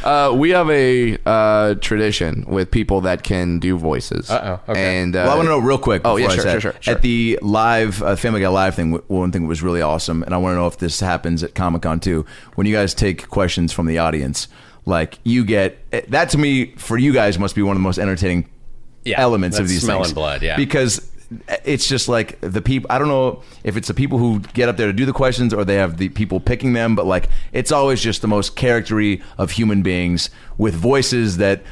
Uh, we have a uh, tradition with people that can do voices.
Uh-oh, okay.
And uh,
Well, I want to know real quick.
Oh, yeah,
before I
sure,
say
sure,
it.
sure, sure.
At the live uh, Family Guy live thing, w- one thing was really awesome, and I want to know if this happens at Comic Con too. When you guys take questions from the audience, like you get eh, that to me for you guys must be one of the most entertaining
Yeah,
elements of
that's
these
smell
things.
and blood, yeah.
because. It's just like the people. I don't know if it's the people who get up there to do the questions, or they have the people picking them. But like, it's always just the most charactery of human beings with voices that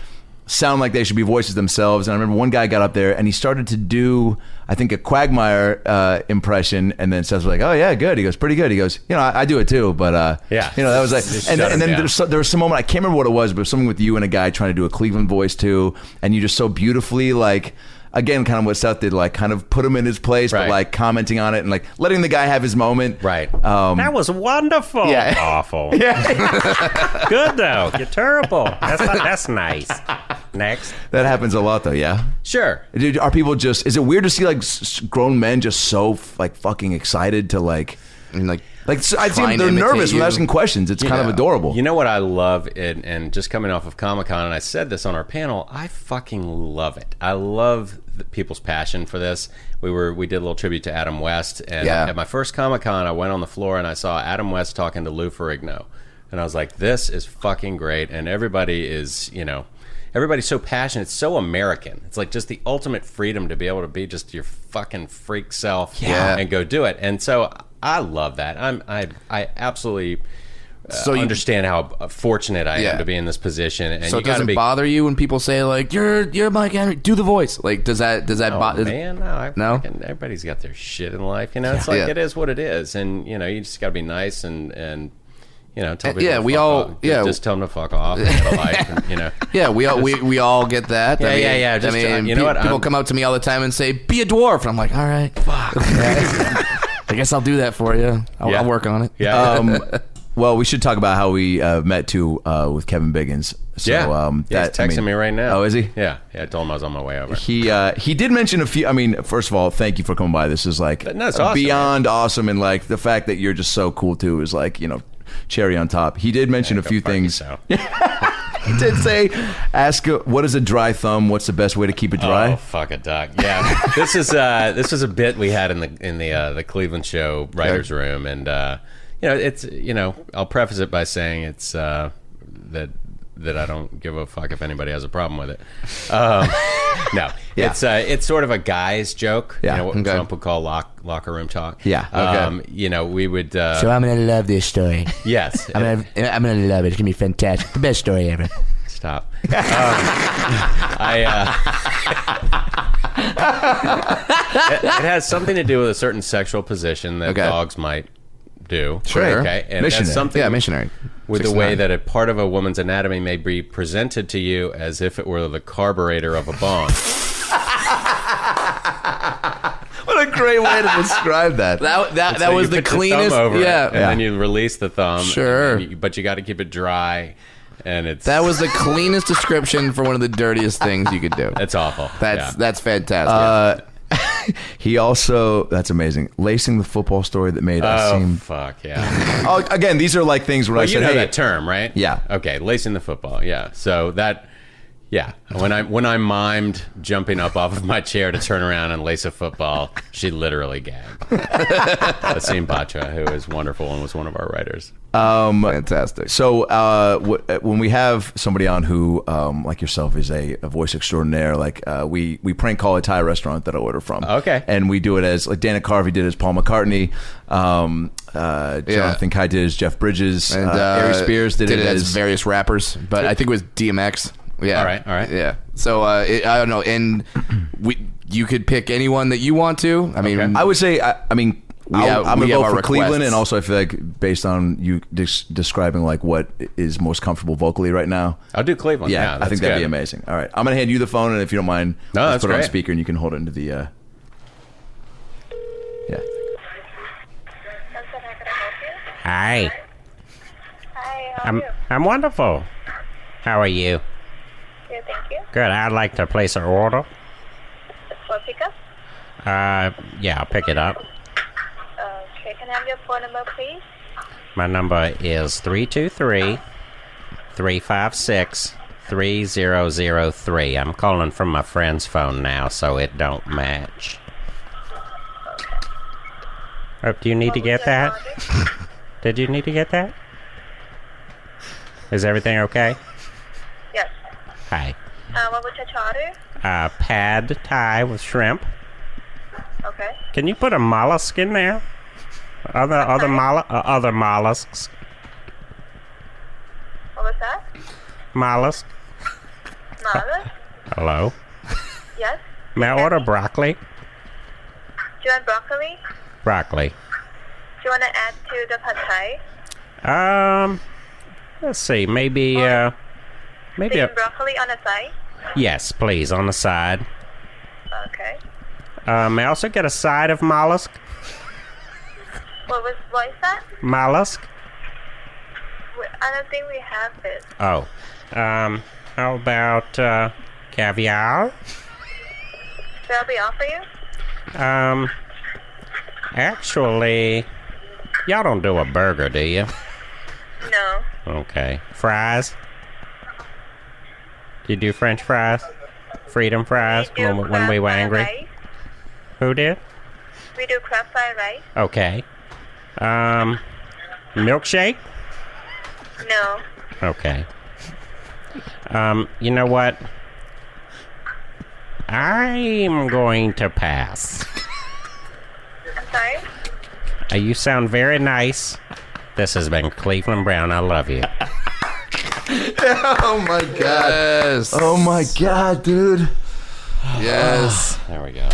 sound like they should be voices themselves. And I remember one guy got up there and he started to do, I think, a Quagmire uh, impression. And then Seth was like, "Oh yeah, good." He goes, "Pretty good." He goes, "You know, I, I do it too." But uh,
Yeah.
you know, that was like,
Just
and,
shut
and
him
then
down.
there's so, there was some moment I can't remember what it was, but it was something with you and a guy trying to do a Cleveland voice too, and you just so beautifully like. again, kind of what Seth did, like kind of put him in his place, but
Right.
like commenting on it and like letting the guy have his moment.
Right.
Um,
That was wonderful.
Yeah.
Awful. Yeah. Good though. You're terrible. That's that's nice. Next.
that happens a lot, though. Yeah.
Sure.
Dude, are people just? Is it weird to see like s- s- grown men just so f- like fucking excited to like
And like,
like s- I
Trying
see
to
they're
imitate
nervous when
you.
asking questions. It's kind of
Yeah.
adorable.
You know what I love, and, and just coming off of Comic Con, and I said this on our panel, I fucking love it. I love the people's passion for this. We were we did a little tribute to Adam West, and
Yeah.
at my first Comic Con, I went on the floor and I saw Adam West talking to Lou Ferrigno, and I was like, this is fucking great, and everybody is you know. Everybody's so passionate. It's so American. It's like just the ultimate freedom to be able to be just your fucking freak self and go do it. And so I love that. I'm I I absolutely
so you,
understand how uh, fortunate I
Yeah.
am to be in this position. And
so
you got
it
to
doesn't
be.
bother you when people say like you're you're Mike Henry, do the voice. Like, does that does that
Oh,
bother?
man, no, I
No?
fucking- everybody's got their shit in life. You know, it's like
Yeah.
it is what it is, and you know, you just got to be nice and and you know, tell
Uh,
people
yeah,
to
we
fuck
all-
off. Just-
yeah.
just tell them to fuck off. And get a life, and, you know,
Yeah, we all we, we all get that. I
Yeah,
mean,
yeah, yeah, just,
I
uh,
mean,
you know
pe-
what,
People
I'm-
come up to me all the time and say, "Be a dwarf," and I'm like, "All right, fuck." I guess I'll do that for you. I'll,
Yeah.
I'll work on it.
yeah.
um, well, we should talk about how we uh, met too uh, with Kevin Biggins. So,
yeah,
um,
yeah,
that,
he's
I
texting
mean-
me right now.
Oh, is he?
Yeah, yeah. I told him I was on my way over.
He uh, he did mention a few. I mean, first of all, thank you for coming by. This is like
no, it's awesome,
beyond awesome, and like the fact that you're just so cool too is like you know cherry on top. He did mention a
Go
few
fuck
things.
yourself.
He did say, ask uh, what is a dry thumb? What's the best way to keep it dry?
Oh fuck a duck! Yeah, this is uh, this was a bit we had in the in the uh, the Cleveland show writers room, and uh, you know it's you know I'll preface it by saying it's uh, that that I don't give a fuck if anybody has a problem with it. Um, no,
Yeah.
it's uh, it's sort of a guy's joke.
Yeah,
you know, what
okay.
Trump would call lock, locker room talk.
Yeah, okay.
um, you know we would. Uh,
So I'm gonna love this story.
Yes,
I'm gonna, I'm gonna love it. It's gonna be fantastic. The best story ever.
stop. Um, I. Uh, it, it has something to do with a certain sexual position that
Okay.
dogs might do.
Sure.
Okay. And it
Missionary.
has something
Yeah, missionary.
with the way
69.
that a part of a woman's anatomy may be presented to you as if it were the carburetor of a bomb.
What a great way to describe that.
that that, that
So
was
you
the
put your thumb
cleanest.
over it,
Yeah,
and then you release the thumb. and
Sure.
then you- but you got to keep it dry, and it's
that was the cleanest description for one of the dirtiest things you could do.
it's awful.
That's
Yeah. Uh,
that's fantastic.
He also that's amazing. Lacing the football story that made us
oh
seem.
fuck yeah.
Oh, again, these are like things where I
Well,
said,
you know
"Hey,
that term, right?
Yeah.
Okay, lacing the football. Yeah. So that, yeah. When I when I mimed jumping up off of my chair to turn around and lace a football, she literally gagged. Asim Batra, who is wonderful and was one of our writers.
fantastic.
So uh, w- uh, when we have somebody on who, um, like yourself, is a, a voice extraordinaire, like uh, we we prank call a Thai restaurant that I order from.
Okay.
and we do it as like Dana Carvey did as Paul McCartney, um, uh,
Yeah.
Jonathan Kai did as Jeff Bridges, and, uh, Ari Spears did, it,
as,
as.
various rappers, but I think it was DMX. Yeah.
All right, all right.
Yeah. So uh, it, I don't know, and we you could pick anyone that you want to. I mean,
I would say, I, I mean.
We
I'll-
have-
I'm
we
gonna
have
vote for
our
Cleveland,
requests.
and also I feel like based on you des- describing like what is most comfortable vocally right now,
I'll do Cleveland. Yeah,
yeah, I think
that's
that'd be
good.
amazing. All right, I'm gonna hand you the phone, and if you don't mind,
No,
let's
that's
put it on
great.
speaker, and you can hold it into the. Uh, yeah.
Hi.
Hi, how are
I'm
you?
I'm wonderful. How are you?
Good, thank you.
Good. I'd like to place an order.
It's for pickup.
Uh yeah, I'll pick it up.
Okay, Uh, can I have your phone number, please?
My number is 323 356 3003. I'm calling from my friend's phone now, so it don't match. Oh, do you need to get that? Did you need to get that? Is everything okay?
Yes.
Hi.
Uh, what was your order?
Uh, pad Thai with shrimp.
Okay.
Can you put a mollusk in there? Other other mollu- uh, other mollusks.
What was that?
Mollusk.
Nala?
Hello.
yes.
May I order broccoli?
Do you want broccoli?
Broccoli.
Do you want to add to the pad thai?
Um, let's see. Maybe uh, maybe
Plain
a
broccoli on the side?
yes, please on the side.
Okay.
Uh, may I also get a side of mollusk?
What was what is that?
Mollusk?
We, I don't think we have it.
Oh. Um, how about uh, caviar?
Shall we offer you?
Um, actually, y'all don't do a burger, do you?
No.
Okay. Fries? Do you do French fries? Freedom fries?
We do
When, when we were
crab fried
angry?
rice.
Who did?
We do crab fried rice.
Okay. Um, milkshake?
No.
Okay. Um, you know what? I'm going to pass.
I'm sorry.
Uh, You sound very nice. This has been Cleveland Brown. I love you.
Oh my god.
Yes.
Oh my god, dude.
Yes.
There we go.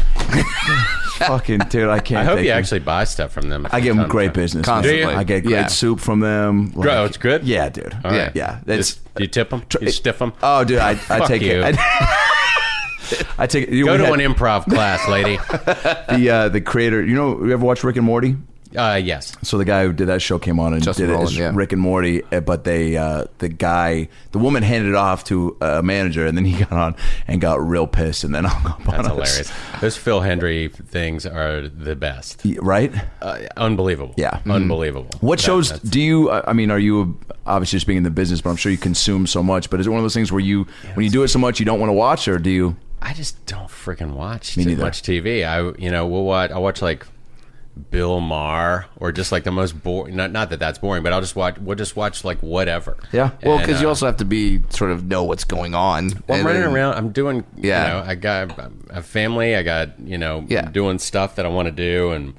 Fucking dude, I can't.
I hope
thank
you actually buy stuff from them.
I give them great business. man.
Constantly. Do you?
I get great
Yeah.
soup from them. like-
Oh, it's good?
Yeah, dude.
All right.
Yeah, that's.
Just- do you tip them? You stiff them?
Oh, dude, I, I
Fuck
take
you.
it. I, I take it. You
Go
we
to
had
an improv class, lady.
the uh, the creator. You know, you ever watch Rick and Morty?
Uh, yes.
So the guy who did that show came on and
Justin
did
Roiland,
it as
yeah.
Rick and Morty, uh, but they uh, the guy the woman handed it off to a manager, and then he got on and got real pissed, and then hung up on us.
That's hilarious. Those Phil Hendry things are the best.
Y- Right?
Uh, unbelievable.
Yeah. Mm-hmm.
Mm-hmm.
Unbelievable.
What
That-
shows
that's-
do you? uh, I I mean, are you obviously just being in the business, but I'm sure you consume so much. But is it one of those things where you, when you do it so much, you don't want to watch, or do you?
I just don't freaking watch
Me
too
neither.
much TV. I you know we'll watch. I watch like Bill Maher or just like the most boring. Not, not that that's boring, but I'll just watch. We'll just watch like whatever.
Yeah.
Well,
And,
because you
uh,
also have to be sort of know what's going on.
Well, I'm
And
running
then-
around. I'm doing.
Yeah.
You know, I got a family. I got you know.
Yeah.
Doing stuff that I want to do, and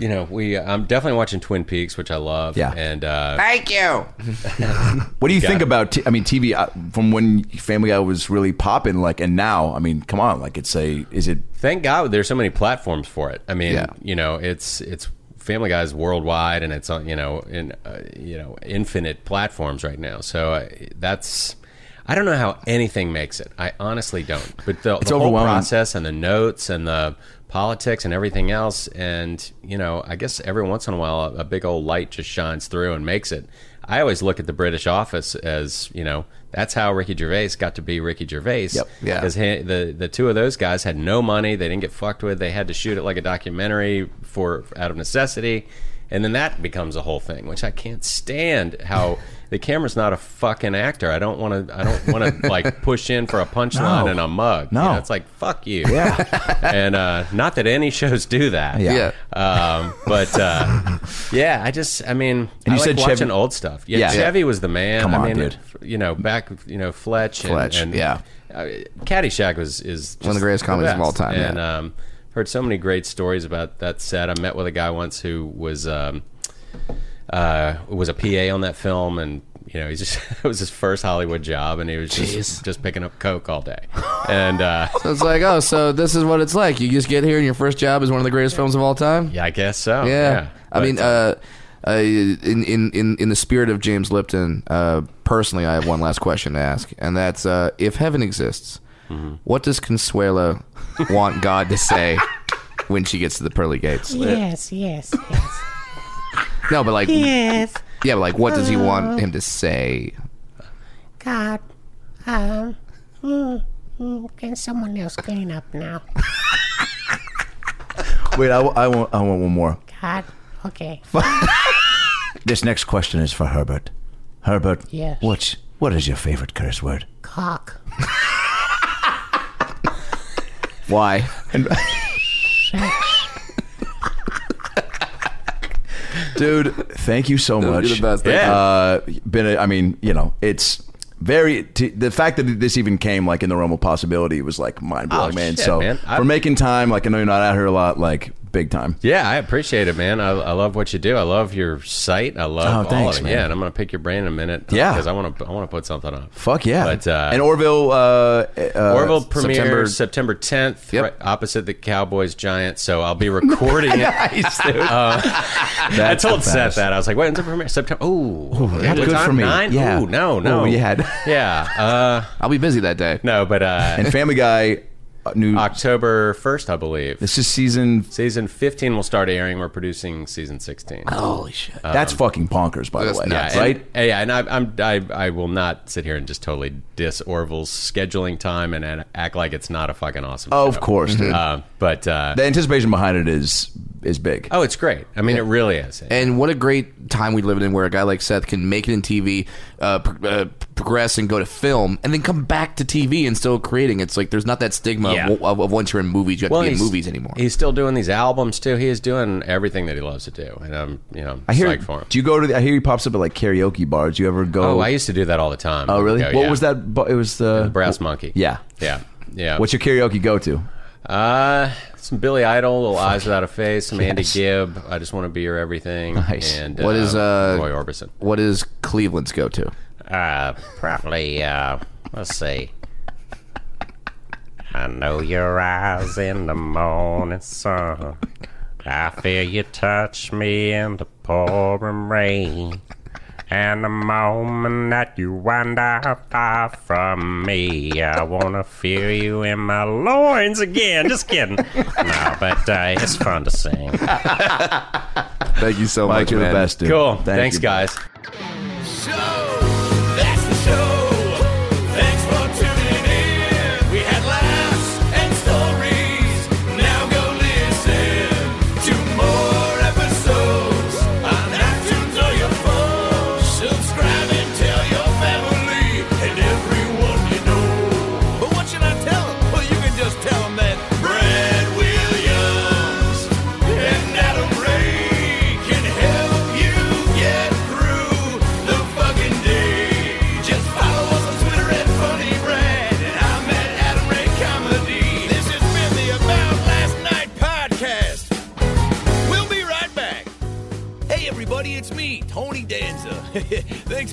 you know, we. I'm definitely watching Twin Peaks, which I love.
Yeah.
And uh,
Thank you.
What do you think
it.
about? T- I mean, TV uh, from when Family Guy was really popping, like, and now, I mean, come on, like, it's a, is it?
thank God there's so many platforms for it. I mean,
Yeah.
you know, it's it's Family Guy's worldwide, and it's on you know in uh, you know infinite platforms right now. So uh, that's I don't know how anything makes it. I honestly don't. But the, the whole
overwhelming.
process and the notes and the politics and everything else, and you know, I guess every once in a while a, a big old light just shines through and makes it. I always look at the British office as you know that's how Ricky Gervais got to be Ricky Gervais.
Yep.
Yeah.
'Cause he- the the two of those guys had no money. They didn't get fucked with. They had to shoot it like a documentary for out of necessity, and then that becomes a whole thing, which I can't stand. How the camera's not a fucking actor. I don't want to. I don't want to like push in for a punchline
No.
and a mug.
No.
You know, it's like fuck you. Yeah, and uh, not that any shows do that.
Yeah.
Yeah.
Um, but uh, yeah, I just, I mean,
And
I
you
like
said Chevy-
watching old stuff. Yeah,
Yeah.
Chevy was the man.
Come on,
I mean,
dude.
You know, back, you know, Fletch. and-
Fletch,
and,
yeah.
Uh, Caddyshack was is just
of the greatest comedies of
best.
all time, yeah.
And um, heard so many great stories about that set. I met with a guy once who was. Um, uh, was a PA on that film, and you know, he just it was his first Hollywood job, and he was just, just picking up coke all day, and uh,
So it's like, oh, so this is what it's like. You just get here, and your first job is one of the greatest films of all time.
yeah, I guess so.
Yeah. I
But,
mean, uh, uh, in, in, in, in the spirit of James Lipton, uh, personally, I have one last question to ask, and that's uh, if heaven exists,
Mm-hmm.
what does Consuela want God to say when she gets to the pearly gates?
Yes, yes, yes.
No, but like, yeah,
yes.
but like, what does he want him to say?
God. Um. mm, mm, Can someone else clean up now?
Wait, I, w- I want, I want one more.
God. Okay.
This next question is for Herbert. Herbert,
Yes.
what's, what is your favorite curse word?
Cock.
Why?
Dude, thank you so much.
You're the best. Thank
Yeah.
Uh, been, a, I mean, you know, it's very t- the fact that this even came like in the realm of possibility was like mind blowing,
Oh,
man.
shit,
so
man. I-
for making time, like I know you're not out here a lot, like big time.
Yeah, I appreciate it, man. I, I love what you do. I love your site. I love
Oh, thanks,
all of it.
man.
Yeah, and I'm gonna pick your brain in a minute.
Yeah.
because I want to. I want to put something up.
Fuck yeah!
But, uh,
and Orville, uh, uh,
Orville premieres
September-
September 10th,
Yep.
right opposite the Cowboys Giants. So I'll be recording it. I
That's
told
the
Seth
best.
that I was like, "When's the premiere? September? Oh,
yeah, good for me.
Nine?
Yeah.
Ooh, no,
Oh,
no,
you had-
yeah, uh,
I'll be busy that day.
no, but uh,
And Family Guy
uh, new.
Ah, October 1st, I believe.
this is season.
Season 15 will start airing. We're producing season 16.
Holy shit.
that's fucking bonkers, by the
that's
way.
nuts.
and-
Right?
uh, um, yeah, and I, I'm I, I will not sit here and just totally diss Orville's scheduling time and, and act like it's not a fucking awesome.
Oh,
show.
of course, dude.
Uh, but uh,
the anticipation behind it is is big.
oh, it's great. I mean, it really is.
And what a great time we live in where a guy like Seth can make it in TV, uh, pro- uh, progress and go to film, and then come back to TV and still creating. It's like there's not that stigma of-
Yeah.
of, of once you're in movies, you have to be in
he's-
movies anymore.
He's still doing these albums too. He is doing everything that he loves to do, and I'm you know
I hear.
psyched for him.
Do you go to? The, I hear he pops up at like karaoke bars. Do you ever go?
oh, I used to do that all the time.
Oh, really?
Go,
what
yeah.
was that? bu- It was the,
Brass Monkey.
Yeah.
yeah, yeah.
What's your karaoke go to?
Uh, some Billy Idol, Little Eyes Without a Face, some Andy Gibb. I just want to be your everything.
Nice.
And
What is, uh,
Roy Orbison?
what does Cleveland's go to?
Uh, probably, uh, let's see. I know your eyes in the morning sun. I feel you touch me in the pouring rain. And the moment that you wind up far from me, I want to feel you in my loins again. Just kidding. No, but uh, it's fun to sing.
Thank you so
Mike, you're the best, dude.
Cool.
Thank
Thanks,
you.
guys.
So that's the show. Thanks for tuning in. We had laughs and stories. Now go listen to more episodes on iTunes or your phone. Subscribe and tell your family and everyone you know. But what should I tell 'em? Well, you can just tell 'em that Brad Williams and Adam Ray can help you get through the fucking day. Just follow us on Twitter at Funny Brad, and I'm at Adam Ray Comedy. This has been the About Last Night podcast. We'll be right back. Hey, everybody, it's me, Tony Danza. Thanks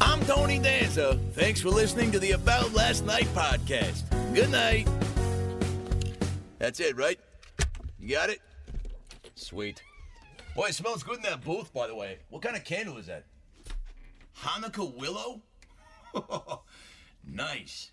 I'm Tony Danza. Thanks for listening to the About Last Night podcast. Good night. That's it, right? You got it? Sweet. Boy, it smells good in that booth, by the way. What kind of candle is that? Hanukkah willow? nice.